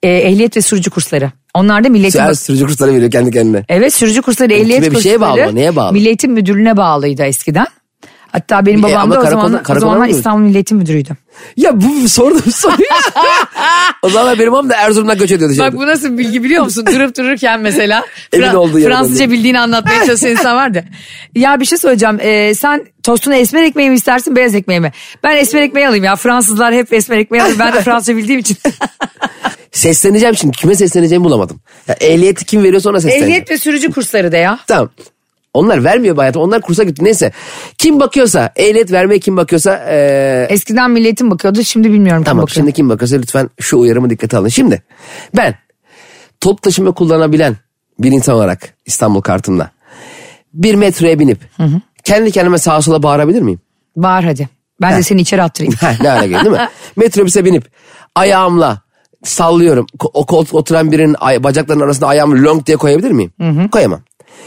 S2: E, ehliyet ve sürücü kursları. Onlar da Milli Eğitim
S3: Her sürücü kursları veriyor kendi kendine.
S2: Evet sürücü kursları ehliyet
S3: kime bir şeye
S2: kursları.
S3: bağlı, neye bağlı?
S2: Milli Eğitim Müdürlüğü'ne bağlıydı eskiden. Hatta benim
S3: E,
S2: babam
S3: ama
S2: da o
S3: karakola-
S2: zaman, o
S3: karakola
S2: zamanlar
S3: mı?
S2: İstanbul Milli Eğitim Müdürü'ydü.
S3: Ya bu sordum soruyu. o zaman benim babam da Erzurum'dan göç ediyordu. şimdi.
S2: Bak bu nasıl bilgi biliyor musun? Durup dururken mesela
S3: Emin
S2: Fra-
S3: olduğu yerden
S2: Fransızca
S3: diyor.
S2: bildiğini anlatmaya çalışan insan vardı. Ya bir şey söyleyeceğim. Ee, sen tostuna esmer ekmeği mi istersin beyaz ekmeği mi? Ben esmer ekmeği alayım ya. Fransızlar hep esmer ekmeği alıyor. Ben de Fransızca bildiğim için.
S3: Sesleneceğim şimdi. Kime sesleneceğimi bulamadım. Ya, ehliyeti kim veriyorsa ona sesleneceğim.
S2: ehliyet ve sürücü kursları da ya.
S3: Tamam. Onlar vermiyor bu hayatım. Onlar kursa gitti. Neyse. Kim bakıyorsa ehliyet vermeye kim bakıyorsa ee,
S2: Eskiden Milli Eğitim bakıyordu. Şimdi bilmiyorum kim
S3: Tamam
S2: bakıyor.
S3: şimdi kim bakıyorsa lütfen şu uyarımı dikkate alın. Şimdi ben top taşıma kullanabilen bir insan olarak İstanbul kartımla bir metroya binip kendi kendime sağa sola bağırabilir miyim?
S2: Bağır hadi. Ben de seni içeri attırayım.
S3: Ha, ne ara geldi değil mi? Metrobüse binip ayağımla sallıyorum. Ko- O koltuk oturan birinin ay- bacaklarının arasında ayağımı long diye koyabilir miyim? Koyamam.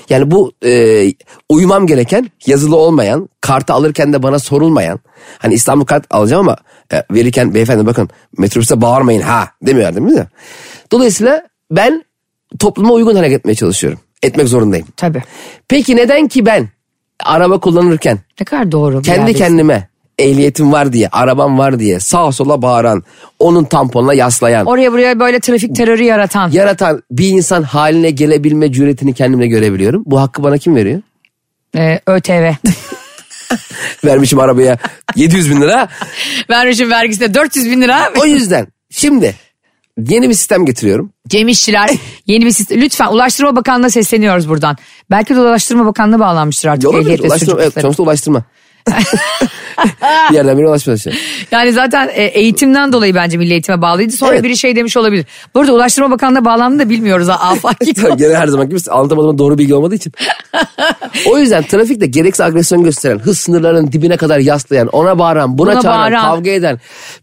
S3: Yani bu e, uyumam gereken yazılı olmayan kartı alırken de bana sorulmayan hani İstanbul kart alacağım ama e, verirken beyefendi bakın metrobüse bağırmayın ha demiyor değil mi? Dolayısıyla ben topluma uygun hareket etmeye çalışıyorum. Etmek zorundayım.
S2: Tabii.
S3: Peki neden ki ben araba kullanırken
S2: Ne kadar doğru. bir
S3: kendi
S2: yerdeyiz.
S3: kendime ehliyetim var diye, arabam var diye sağa sola bağıran, onun tamponuna yaslayan,
S2: Oraya buraya böyle trafik terörü yaratan.
S3: yaratan bir insan haline gelebilme cüretini kendimle görebiliyorum. Bu hakkı bana kim veriyor?
S2: Ee, ÖTV.
S3: Vermişim arabaya 700 bin lira.
S2: Vermişim vergisine 400 bin lira.
S3: O yüzden şimdi yeni bir sistem getiriyorum.
S2: Cem İşçiler yeni bir sistem. Lütfen Ulaştırma Bakanlığı'na sesleniyoruz buradan. Belki de Ulaştırma Bakanlığı bağlanmıştır artık.
S3: Olabilir.
S2: ehliyet ve sürücü
S3: Ulaştırma, evet,
S2: kursları.
S3: sonuçta ulaştırma. bir yerden biri ulaşma şey.
S2: Yani zaten e, eğitimden dolayı bence Milli Eğitim'e bağlıydı. Sonra
S3: Evet.
S2: biri şey demiş olabilir. Bu arada Ulaştırma Bakanlığı'na bağlandı da bilmiyoruz. ha, Afaki.
S3: Gene her zaman gibi anlatamadığıma doğru bilgi olmadığı için. o yüzden trafikte gereksiz agresyon gösteren, hız sınırlarının dibine kadar yaslayan, ona bağıran, buna,
S2: Buna
S3: çağıran,
S2: bağıran.
S3: kavga eden.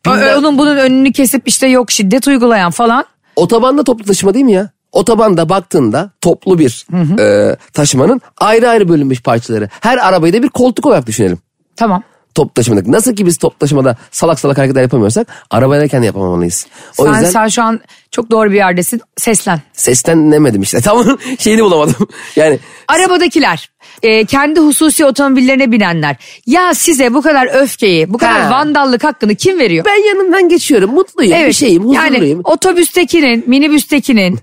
S2: Ö-
S3: bilmem-
S2: Onun bunun önünü kesip işte yok şiddet uygulayan falan.
S3: Otobanda toplu taşıma değil mi ya? Otobanda baktığında toplu bir e, taşımanın ayrı ayrı bölünmüş parçaları. Her arabayı da bir koltuk olarak düşünelim.
S2: Tamam.
S3: Top taşımada. Nasıl ki biz top taşımada salak salak hareketler yapamıyorsak arabayla de yapamamalıyız. O
S2: sen,
S3: yüzden
S2: sen şu an çok doğru bir yerdesin. Seslen.
S3: seslenemedim işte. Tam şeyini bulamadım. Yani
S2: Arabadakiler, e, kendi hususi otomobillerine binenler. Ya size bu kadar öfkeyi, bu kadar
S3: Ha.
S2: vandallık hakkını kim veriyor?
S3: ben yanından geçiyorum. Mutluyum, bir şeyim, huzurluyum.
S2: Yani otobüstekinin, minibüstekinin,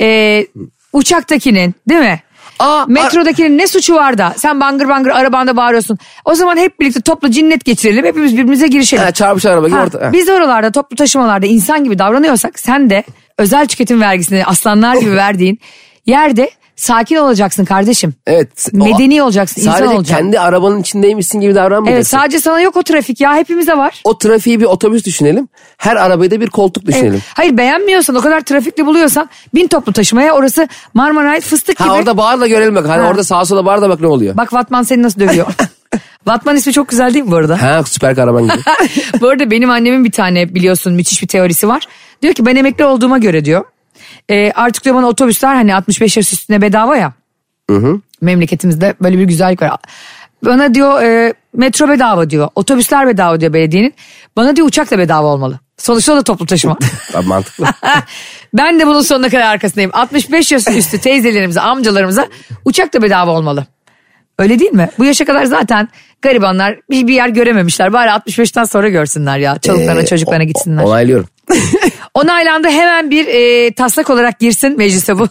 S2: e, uçaktakinin değil mi?
S3: Aa,
S2: Metrodakinin ne suçu var da sen bangır bangır arabanda bağırıyorsun. O zaman hep birlikte toplu cinnet geçirelim hepimiz birbirimize girişelim.
S3: Ha, çarpışan araba gibi
S2: Ha,
S3: orta- ha.
S2: Biz oralarda toplu taşımalarda insan gibi davranıyorsak sen de özel tüketim vergisini aslanlar gibi verdiğin yerde sakin olacaksın kardeşim.
S3: Evet. o-
S2: Medeni olacaksın, insan
S3: Sadece
S2: olacaksın.
S3: kendi arabanın içindeymişsin gibi davranmayacaksın.
S2: Evet sadece sana yok o trafik ya hepimize var.
S3: o trafiği bir otobüs düşünelim. Her arabayı da bir koltuk düşünelim.
S2: Evet. Hayır beğenmiyorsan o kadar trafikli buluyorsan bin toplu taşımaya orası Marmaray fıstık
S3: Ha
S2: gibi.
S3: orada bağır da görelim bak. Hani
S2: Ha.
S3: orada sağa sola bağır da bak ne oluyor.
S2: Bak Vatman seni nasıl dövüyor. Vatman ismi çok güzel değil mi bu arada?
S3: Ha süper kahraman gibi.
S2: bu arada benim annemin bir tane biliyorsun müthiş bir teorisi var. Diyor ki ben emekli olduğuma göre diyor. e, artık diyor bana otobüsler hani 65 yaş üstüne bedava ya. Memleketimizde böyle bir güzellik var. Bana diyor e, metro bedava diyor. Otobüsler bedava diyor belediyenin. Bana diyor uçak da bedava olmalı. Sonuçta o da toplu taşıma.
S3: Bak, Mantıklı.
S2: ben de bunun sonuna kadar arkasındayım. 65 yaş üstü teyzelerimize, amcalarımıza uçak da bedava olmalı. Öyle değil mi? Bu yaşa kadar zaten garibanlar bir, bir yer görememişler. Bari 65'ten sonra görsünler ya. Çoluklarına
S3: Ee,
S2: çocuklarına
S3: o-
S2: gitsinler.
S3: o- Onaylıyorum.
S2: Onaylandı hemen bir e, taslak olarak girsin meclise bu.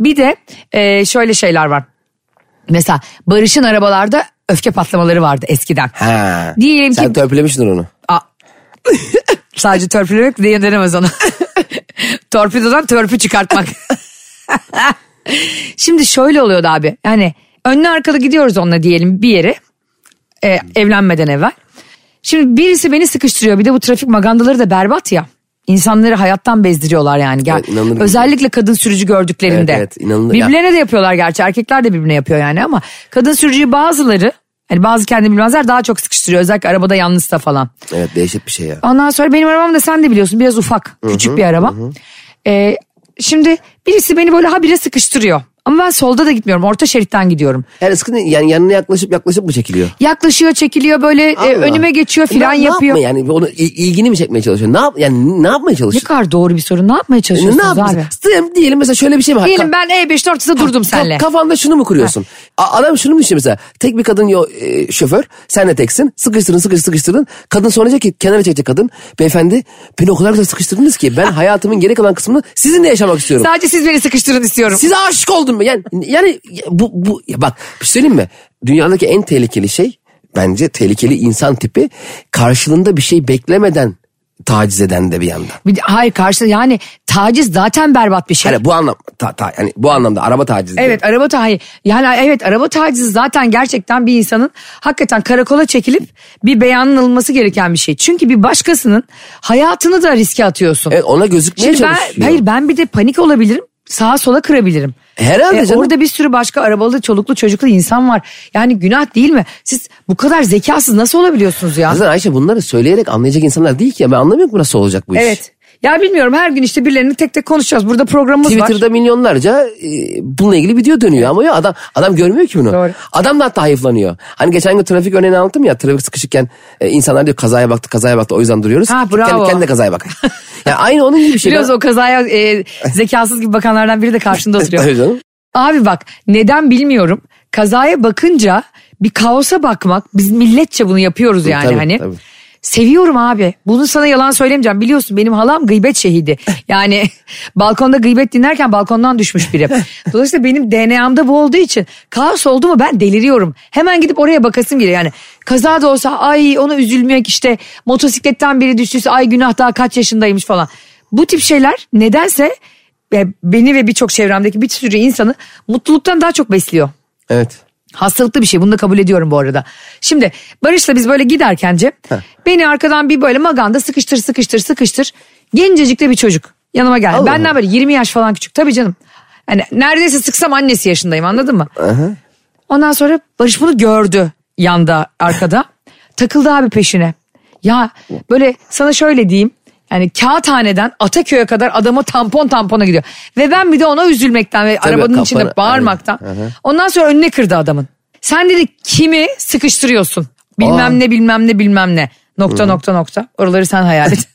S2: bir de e, şöyle şeyler var. Mesela Barış'ın arabalarda öfke patlamaları vardı eskiden.
S3: Ha.
S2: Diyelim ki
S3: Sen törpülemişsin onu.
S2: Aa. Sadece törpülemek diye denemez ona. Torpidodan törpü çıkartmak. Şimdi şöyle oluyordu abi. Yani önlü arkalı gidiyoruz onunla diyelim bir yere. e, evlenmeden evvel. Şimdi birisi beni sıkıştırıyor. Bir de bu trafik magandaları da berbat ya. İnsanları hayattan bezdiriyorlar yani. Gel,
S3: Evet, inanılır gibi.
S2: özellikle kadın sürücü gördüklerinde.
S3: Evet, evet, inanılır- ya.
S2: Birbirlerine de yapıyorlar gerçi. Erkekler de birbirine yapıyor yani ama kadın sürücüyü bazıları hani bazı kendini bilmezler daha çok sıkıştırıyor. Özellikle arabada yalnızsa falan.
S3: Evet değişik bir şey ya.
S2: Ondan sonra benim arabam da sen de biliyorsun biraz ufak küçük bir araba. Ee, şimdi birisi beni böyle habire sıkıştırıyor. Ama ben solda da gitmiyorum orta şeritten gidiyorum.
S3: Yani sıkıntı yani yanına yaklaşıp yaklaşıp mı çekiliyor?
S2: Yaklaşıyor çekiliyor böyle e,
S3: Allah.
S2: önüme geçiyor filan
S3: Ne- ne
S2: yapıyor.
S3: yapma yani onu il- ilgini mi çekmeye çalışıyor? Ne yap yani ne yapmaya
S2: Ne
S3: çalışıyor?
S2: kadar doğru bir soru ne yapmaya
S3: Ne,
S2: çalışıyorsunuz abi?
S3: yapıyorsun? Diyelim, diyelim mesela şöyle bir şey var.
S2: Diyelim ben E5'in ortasında durdum
S3: Ka-
S2: senle.
S3: Kafanda şunu mu kuruyorsun? A- Adam şunu mu düşünüyor mesela? Tek bir kadın yo- e, şoför, sen de teksin. Sıkıştırın, sıkıştırın, sıkıştırın. Kadın sonra diyecek ki kenara çekecek kadın. Beyefendi beni o kadar güzel sıkıştırdınız ki ben hayatımın geri kalan kısmını sizinle yaşamak istiyorum.
S2: Sadece siz beni sıkıştırın istiyorum.
S3: Size aşık oldum mu? Yani, yani bu, bu ya bak bir şey söyleyeyim mi? Dünyadaki en tehlikeli şey bence tehlikeli insan tipi karşılığında bir şey beklemeden taciz eden de bir yandan.
S2: Bir de- hayır karşı yani taciz zaten berbat bir şey.
S3: Yani Hani bu anlam ta, ta- yani bu anlamda araba tacizi.
S2: Evet araba tacizi yani evet araba tacizi zaten gerçekten bir insanın hakikaten karakola çekilip bir beyanın alınması gereken bir şey. Çünkü bir başkasının hayatını da riske atıyorsun.
S3: Evet, ona gözükmeye
S2: Şimdi ben,
S3: çalışıyor.
S2: hayır ben bir de panik olabilirim sağa sola kırabilirim.
S3: Herhalde canım.
S2: E, Orada bir sürü başka arabalı çoluklu çocuklu insan var. Yani günah değil mi? Siz bu kadar zekasız nasıl olabiliyorsunuz ya?
S3: Zaten Ayşe bunları söyleyerek anlayacak insanlar değil ki. Ya. Ben anlamıyorum ki nasıl olacak bu iş.
S2: Evet. Ya bilmiyorum her gün işte birilerini tek tek konuşacağız. Burada programımız var.
S3: Twitter'da milyonlarca e, bununla ilgili video dönüyor ama ya adam adam görmüyor ki bunu.
S2: Doğru.
S3: Adam da hatta hayıflanıyor. Hani geçen gün trafik örneğini anlattım ya trafik sıkışıkken e, insanlar diyor kazaya baktı kazaya baktı o yüzden duruyoruz.
S2: Ha, bravo.
S3: Kendi, kendi de kazaya bak. yani aynı onun gibi bir şey.
S2: Biliyoruz o kazaya e, zekasız gibi bakanlardan biri de karşında
S3: Tabii
S2: oturuyor.
S3: canım.
S2: Abi bak neden bilmiyorum. Kazaya bakınca bir kaosa bakmak biz milletçe bunu yapıyoruz yani
S3: E, tabii,
S2: hani.
S3: tabii.
S2: Seviyorum abi. Bunu sana yalan söylemeyeceğim. Biliyorsun benim halam gıybet şehidi. Yani balkonda gıybet dinlerken balkondan düşmüş biri. Dolayısıyla benim DNA'mda bu olduğu için kaos oldu mu ben deliriyorum. Hemen gidip oraya bakasım geliyor. Yani kaza da olsa ay ona üzülmek işte motosikletten biri düştüyse ay günah daha kaç yaşındaymış falan. Bu tip şeyler nedense e, beni ve birçok çevremdeki bir sürü insanı mutluluktan daha çok besliyor.
S3: Evet.
S2: Hastalıklı bir şey bunu da kabul ediyorum bu arada. Şimdi Barış'la biz böyle giderken Cem beni arkadan bir böyle maganda sıkıştır sıkıştır sıkıştır. Gencecikte bir çocuk yanıma geldi.
S3: Allah
S2: Benden
S3: Allah.
S2: böyle 20 yaş falan küçük tabii canım. Hani neredeyse sıksam annesi yaşındayım anladın mı? Ondan sonra Barış bunu gördü yanda arkada. Takıldı abi peşine. Ya böyle sana şöyle diyeyim. Yani kağıthaneden Ataköy'e kadar adama tampon tampona gidiyor. Ve ben bir de ona üzülmekten ve
S3: Tabii,
S2: arabanın içinde
S3: kafana-
S2: bağırmaktan.
S3: Aynen. Hı hı.
S2: Ondan sonra önüne kırdı adamın. Sen dedi kimi sıkıştırıyorsun? Bilmem
S3: Aa.
S2: ne bilmem ne bilmem ne. Nokta nokta nokta. Oraları sen hayal et.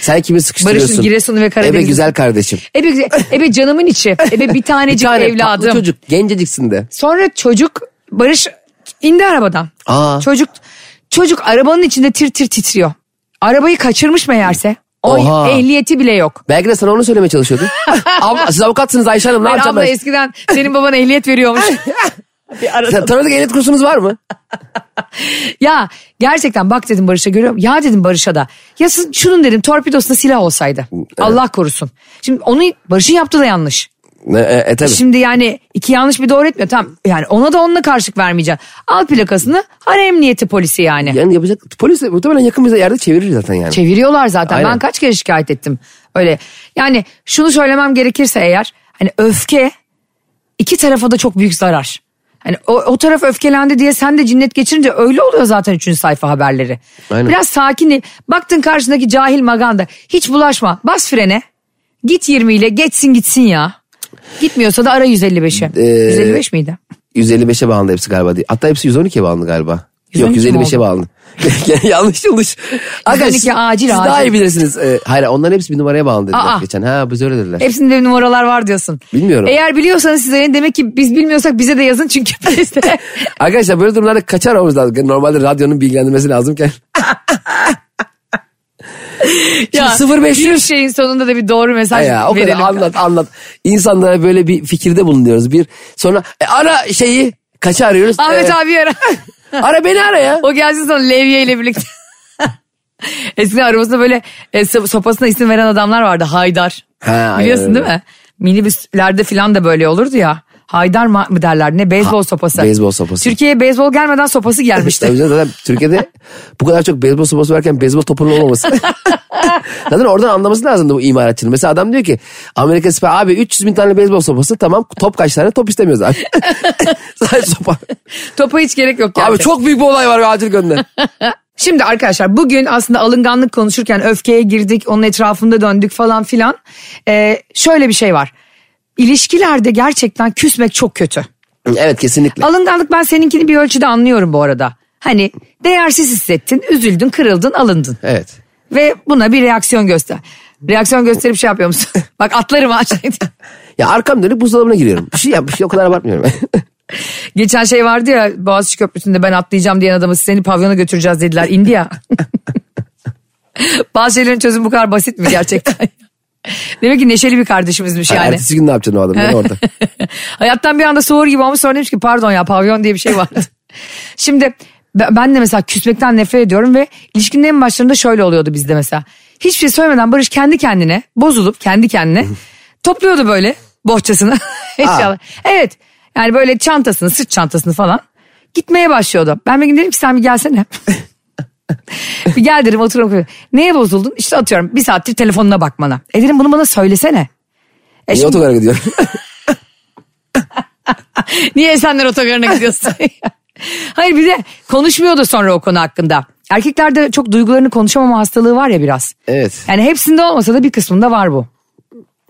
S3: Sen kimi sıkıştırıyorsun?
S2: Barış'ın Giresun'u ve Karadeniz'i-
S3: Ebe güzel kardeşim.
S2: ebe, güzel- ebe canımın içi. Ebe bir
S3: Bir
S2: tanecik
S3: tane tatlı
S2: evladım.
S3: çocuk genceciksin de.
S2: Sonra çocuk Barış indi arabadan.
S3: Aa.
S2: Çocuk çocuk arabanın içinde tir tir titriyor. Arabayı kaçırmış meğerse. O
S3: Oha.
S2: ehliyeti bile yok.
S3: Belki de sana onu söylemeye çalışıyordu. Abla, siz avukatsınız Ayşe Hanım ne
S2: Ben
S3: yapacağım
S2: abla
S3: ben?
S2: eskiden senin baban ehliyet veriyormuş.
S3: Sen Tanıdık ehliyet kursunuz var mı?
S2: ya gerçekten bak dedim Barış'a görüyorum. Ya dedim Barış'a da. Ya siz şunun dedim torpidosunda silah olsaydı. Allah korusun. Şimdi onu Barış'ın yaptığı da yanlış.
S3: E, e, e, tabii.
S2: Şimdi yani iki yanlış bir doğru etmiyor. Tamam yani ona da onunla karşılık vermeyeceksin. Al plakasını ara emniyeti polisi yani.
S3: Yani yapacak polis de muhtemelen yakın bir yerde çevirir zaten yani.
S2: Çeviriyorlar zaten.
S3: Aynen.
S2: Ben kaç kere şikayet ettim. Öyle. Yani şunu söylemem gerekirse eğer hani öfke iki tarafa da çok büyük zarar. Hani o, o taraf öfkelendi diye sen de cinnet geçirince öyle oluyor zaten üçüncü sayfa haberleri.
S3: Aynen.
S2: Biraz sakin. ol. Baktın karşındaki cahil maganda. Hiç bulaşma. Bas frene. Git 20 ile geçsin gitsin ya. Gitmiyorsa da ara 155'i.
S3: Ee,
S2: 155 miydi?
S3: 155'e bağlandı hepsi galiba. diye. Hatta hepsi 112'ye bağlandı galiba.
S2: 112 mi
S3: Yok 155'e
S2: oldu?
S3: bağlandı. yanlış yanlış. Arkadaş,
S2: 112 acil,
S3: siz
S2: acil.
S3: daha iyi bilirsiniz. Ee, hayır onların hepsi bir numaraya bağlandı dediler
S2: Aa. E-
S3: geçen. Ha biz öyle dediler.
S2: Hepsinde numaralar var diyorsun.
S3: Bilmiyorum.
S2: Eğer biliyorsanız size demek ki biz bilmiyorsak bize de yazın çünkü biz de
S3: Arkadaşlar böyle durumlarda kaçar olmamız lazım. Normalde radyonun bilgilendirmesi lazımken.
S2: Ya,
S3: 0500.
S2: Bir şeyin sonunda da bir doğru mesaj
S3: ya, o kadar
S2: verelim.
S3: anlat anlat. İnsanlara böyle bir fikirde bulunuyoruz. Bir sonra e, ara şeyi kaça arıyoruz?
S2: Ahmet
S3: Ee,
S2: abi ara.
S3: Ara beni ara ya.
S2: o gelsin sonra Levye ile birlikte. Eskiden arabasında böyle e, so- sopasına isim veren adamlar vardı. Haydar.
S3: aynen
S2: Biliyorsun
S3: öyle.
S2: değil mi? Minibüslerde falan da böyle olurdu ya. Haydar ma- mı derler ne? Beyzbol
S3: Ha,
S2: sopası.
S3: beyzbol sopası.
S2: Türkiye'ye beyzbol gelmeden sopası gelmişti.
S3: Tabii canım, zaten Türkiye'de bu kadar çok beyzbol sopası varken beyzbol topunun olmaması. zaten oradan anlaması lazım bu imalatçının. Mesela adam diyor ki Amerika siper abi 300 bin tane beyzbol sopası tamam top kaç tane top istemiyoruz abi. Sadece sopa.
S2: Topa hiç gerek yok.
S3: Abi
S2: gerçekten.
S3: çok büyük bir olay var ve acil gönder.
S2: Şimdi arkadaşlar bugün aslında alınganlık konuşurken öfkeye girdik, onun etrafında döndük falan filan. Ee, şöyle bir şey var. İlişkilerde gerçekten küsmek çok kötü.
S3: evet kesinlikle.
S2: Alınganlık ben seninkini bir ölçüde anlıyorum bu arada. Hani değersiz hissettin, üzüldün, kırıldın, alındın.
S3: Evet.
S2: Ve buna bir reaksiyon göster. Reaksiyon gösterip şey yapıyor musun? Bak atlarım ha.
S3: Ya arkam dönüp buzdolabına giriyorum. Bir şey yapmış o kadar abartmıyorum.
S2: Geçen şey vardı ya Boğaziçi Köprüsü'nde ben atlayacağım diyen adamı seni pavyona götüreceğiz dediler. indi ya. Bazı şeylerin çözümü bu kadar basit mi gerçekten? Demek ki neşeli bir kardeşimizmiş yani.
S3: Ertesi gün ne yapacaksın o adamı ben orada?
S2: Hayattan bir anda soğur gibi olmuş sonra demiş ki pardon ya pavyon diye bir şey vardı. Şimdi be- ben de mesela küsmekten nefret ediyorum ve ilişkinin en başlarında şöyle oluyordu bizde mesela. Hiçbir şey söylemeden Barış kendi kendine bozulup kendi kendine topluyordu böyle bohçasını. İnşallah. evet yani böyle çantasını sırt çantasını falan gitmeye başlıyordu. Ben bir gün dedim ki sen bir gelsene. bir gel dedim oturalım. Neye bozuldun? İşte atıyorum bir saattir telefonuna bakmana. E dedim bunu bana söylesene. E
S3: Niye
S2: şimdi-
S3: otogara gidiyorum?
S2: Niye Esenler Otogarı'na gidiyorsun? Hayır bir de konuşmuyordu sonra o konu hakkında. Erkeklerde çok duygularını konuşamama hastalığı var ya biraz.
S3: Evet.
S2: Yani hepsinde olmasa da bir kısmında var bu.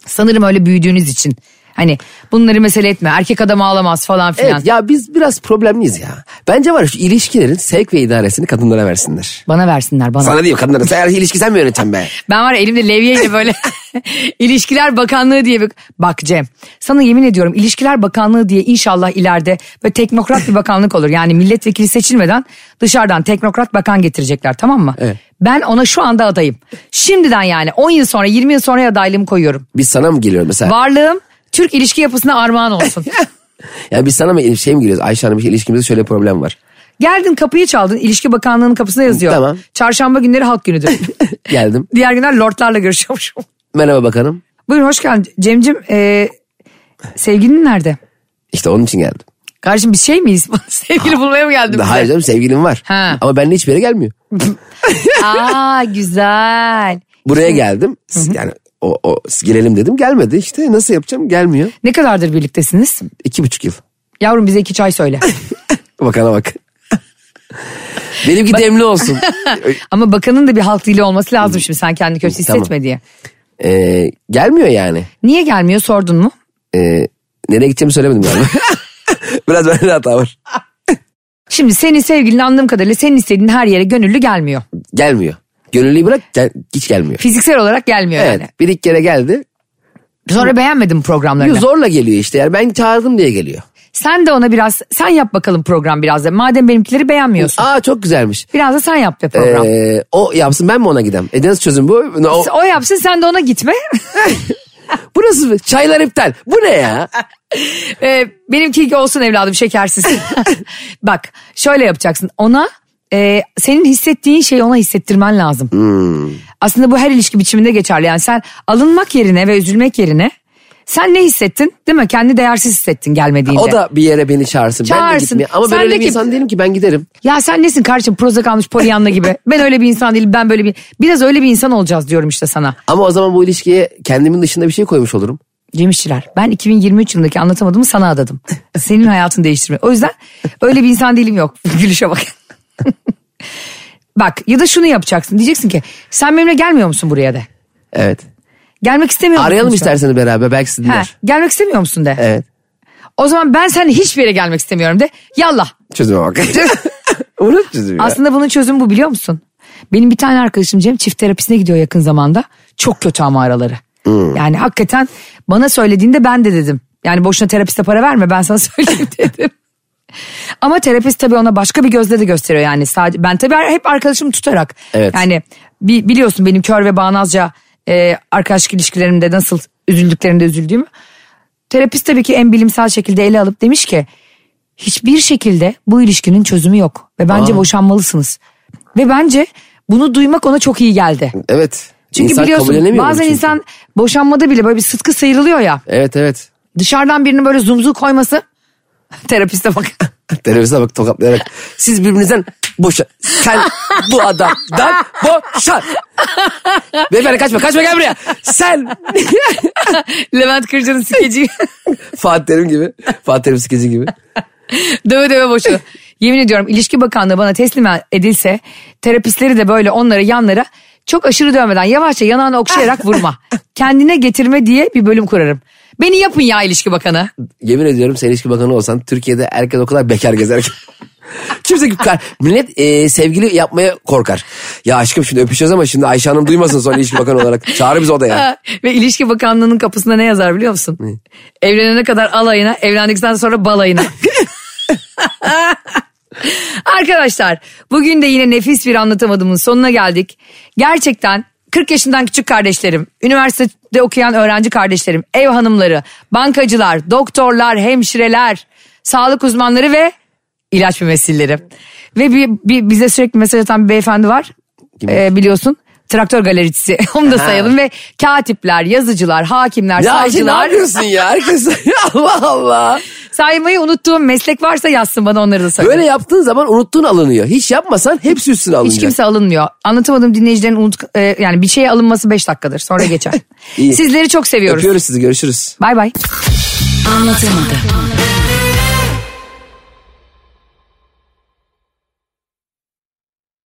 S2: Sanırım öyle büyüdüğünüz için. Hani bunları mesele etme erkek adam ağlamaz falan filan.
S3: Evet ya biz biraz problemliyiz ya. Bence var ya şu ilişkilerin sevk ve idaresini kadınlara versinler.
S2: Bana versinler bana.
S3: Sana diyeyim kadınlara. Sen her ilişki sen mi yöneteceksin be?
S2: Ben var ya elimde levyeyle böyle ilişkiler bakanlığı diye bir... Bak Cem sana yemin ediyorum ilişkiler bakanlığı diye inşallah ileride böyle teknokrat bir bakanlık olur. Yani milletvekili seçilmeden dışarıdan teknokrat bakan getirecekler tamam mı?
S3: Evet.
S2: Ben ona şu anda adayım. Şimdiden yani 10 yıl sonra 20 yıl sonra adaylığımı koyuyorum.
S3: Biz sana mı geliyorum mesela?
S2: Varlığım Türk ilişki yapısına armağan olsun.
S3: Ya biz sana mı şey mi giriyoruz? Ayşe Hanım ilişkimizde şöyle bir problem var.
S2: Geldin kapıyı çaldın ilişki bakanlığının kapısına yazıyor.
S3: Tamam.
S2: Çarşamba günleri halk günüdür.
S3: Geldim.
S2: Diğer günler lordlarla görüşüyormuşum.
S3: Merhaba bakanım.
S2: Buyurun hoş geldin. Cemcim e, sevgilin nerede?
S3: İşte onun için geldim.
S2: Kardeşim biz şey miyiz? Sevgili bulmaya mı geldin bize?
S3: Hayır canım sevgilim var.
S2: Ha.
S3: Ama benimle hiçbir yere gelmiyor.
S2: Aa güzel.
S3: Buraya geldim. Yani o, o gelelim dedim gelmedi işte nasıl yapacağım gelmiyor.
S2: Ne kadardır birliktesiniz?
S3: İki buçuk yıl.
S2: Yavrum bize iki çay söyle.
S3: Bakana bak. Benimki demli olsun.
S2: Ama bakanın da bir halk dili olması lazım şimdi sen kendi kötü hissetme
S3: Hmm. Tamam.
S2: diye.
S3: Ee, gelmiyor yani.
S2: Niye gelmiyor sordun mu?
S3: Ee, nereye gideceğimi söylemedim yani. Biraz bende de hata var.
S2: Şimdi senin sevgilin anladığım kadarıyla senin istediğin her yere gönüllü gelmiyor.
S3: Gelmiyor. Gönüllüyü bırak gel- hiç gelmiyor.
S2: Fiziksel olarak gelmiyor
S3: Evet
S2: yani.
S3: bir iki kere geldi.
S2: Sonra beğenmedin mi programlarını.
S3: Yo, zorla geliyor işte yani ben çağırdım diye geliyor.
S2: Sen de ona biraz sen yap bakalım program biraz da. Madem benimkileri beğenmiyorsun.
S3: Aa çok güzelmiş.
S2: Biraz da sen yap de program.
S3: Ee, o yapsın ben mi ona gidem? E nasıl çözüm bu? O,
S2: o yapsın sen de ona gitme.
S3: burası çaylar iptal. Bu ne ya?
S2: Ee, benimki olsun evladım şekersiz. Bak şöyle yapacaksın ona e, senin hissettiğin şeyi ona hissettirmen lazım.
S3: Hmm.
S2: Aslında bu her ilişki biçiminde geçerli yani sen alınmak yerine ve üzülmek yerine sen ne hissettin değil mi? Kendi değersiz hissettin gelmediğinde.
S3: O da bir yere beni çağırsın. Ben de
S2: Çağırsın.
S3: gitmeyeyim. Ama
S2: Sen
S3: ben
S2: de
S3: öyle bir
S2: ki-
S3: insan değilim ki ben giderim.
S2: Ya sen nesin kardeşim proza kalmış polyanla gibi. ben öyle bir insan değilim ben böyle bir... Biraz öyle bir insan olacağız diyorum işte sana.
S3: Ama o zaman bu ilişkiye kendimin dışında bir şey koymuş olurum.
S2: Cemişçiler ben 2023 yılındaki anlatamadığımı sana adadım. Senin hayatını değiştirme. O yüzden öyle bir insan değilim yok. Gülüşe bak. bak ya da şunu yapacaksın. Diyeceksin ki sen benimle gelmiyor musun buraya de.
S3: Evet.
S2: Gelmek istemiyor musun?
S3: Arayalım
S2: şu an?
S3: isterseniz beraber belki siz
S2: He,
S3: dinler.
S2: gelmek istemiyor musun de.
S3: Evet.
S2: O zaman ben seninle hiçbir yere gelmek istemiyorum de. Yallah.
S3: Çözüme bak. Bu nasıl çözüm ya?
S2: Aslında bunun çözümü bu biliyor musun? Benim bir tane arkadaşım Cem çift terapisine gidiyor yakın zamanda. Çok kötü ama araları.
S3: Hmm.
S2: Yani hakikaten bana söylediğinde ben de dedim. Yani boşuna terapiste para verme ben sana söyleyeyim dedim. Ama terapist tabii ona başka bir gözle de gösteriyor yani. Sadece ben tabii hep arkadaşımı tutarak.
S3: Evet.
S2: Yani bi- biliyorsun benim kör ve bağnazca e, arkadaşlık ilişkilerimde nasıl üzüldüklerinde üzüldüğümü. Terapist tabii ki en bilimsel şekilde ele alıp demiş ki hiçbir şekilde bu ilişkinin çözümü yok ve bence
S3: Aa.
S2: boşanmalısınız. Ve bence bunu duymak ona çok iyi geldi.
S3: Evet.
S2: Çünkü
S3: İnsan
S2: biliyorsun
S3: kabullenemiyor bunu
S2: bazen
S3: çünkü.
S2: insan boşanmada bile böyle bir sıtkı sıyrılıyor ya.
S3: Evet evet.
S2: Dışarıdan birinin böyle zumzu koyması terapiste bak.
S3: Televizyona bak tokatlayarak. Siz birbirinizden boşa. Sen bu adamdan boşan. Beyefendi kaçma kaçma gel buraya. Sen
S2: Levent Kırca'nın skeci
S3: Fatih Terim gibi. Fatih Terim skeci gibi.
S2: döve döve boşu. Yemin ediyorum ilişki bakanlığı bana teslim edilse terapistleri de böyle onlara yanlara çok aşırı dövmeden yavaşça yanağını okşayarak vurma. Kendine getirme diye bir bölüm kurarım. Beni yapın ya ilişki bakanı.
S3: Yemin ediyorum sen ilişki bakanı olsan Türkiye'de erkek o kadar bekar gezer ki. Kimse kar. Millet e, sevgili yapmaya korkar. Ya aşkım şimdi öpüşeceğiz ama şimdi Ayşe Hanım duymasın sonra ilişki bakanı olarak. Çağır bizi odaya.
S2: Ha, Ve ilişki bakanlığının kapısında ne yazar biliyor musun? Evlenene kadar alayına, evlendikten sonra balayına. Arkadaşlar bugün de yine nefis bir anlatamadığımın sonuna geldik. Gerçekten 40 yaşından küçük kardeşlerim, üniversitede okuyan öğrenci kardeşlerim, ev hanımları, bankacılar, doktorlar, hemşireler, sağlık uzmanları ve ilaç mümessilleri. Ve bir, bir- bize sürekli mesaj atan bir beyefendi var
S3: Kim?
S2: Ee, biliyorsun. Traktör galericisi onu da sayalım ve katipler, yazıcılar, hakimler,
S3: Ya Ayşe ne
S2: savcılar.
S3: yapıyorsun ya? Herkes Allah Allah.
S2: Saymayı unuttuğum meslek varsa yazsın bana onları da sayalım.
S3: Böyle yaptığın zaman unuttuğun alınıyor. Hiç yapmasan hepsi üstüne alınacak.
S2: Hiç kimse alınmıyor. Anlatamadığım dinleyicilerin unut, e, yani bir şeye alınması 5 dakikadır. Sonra geçer.
S3: İyi.
S2: Sizleri çok seviyoruz.
S3: Öpüyoruz sizi görüşürüz.
S2: Bay bay.
S4: Anlatamadım.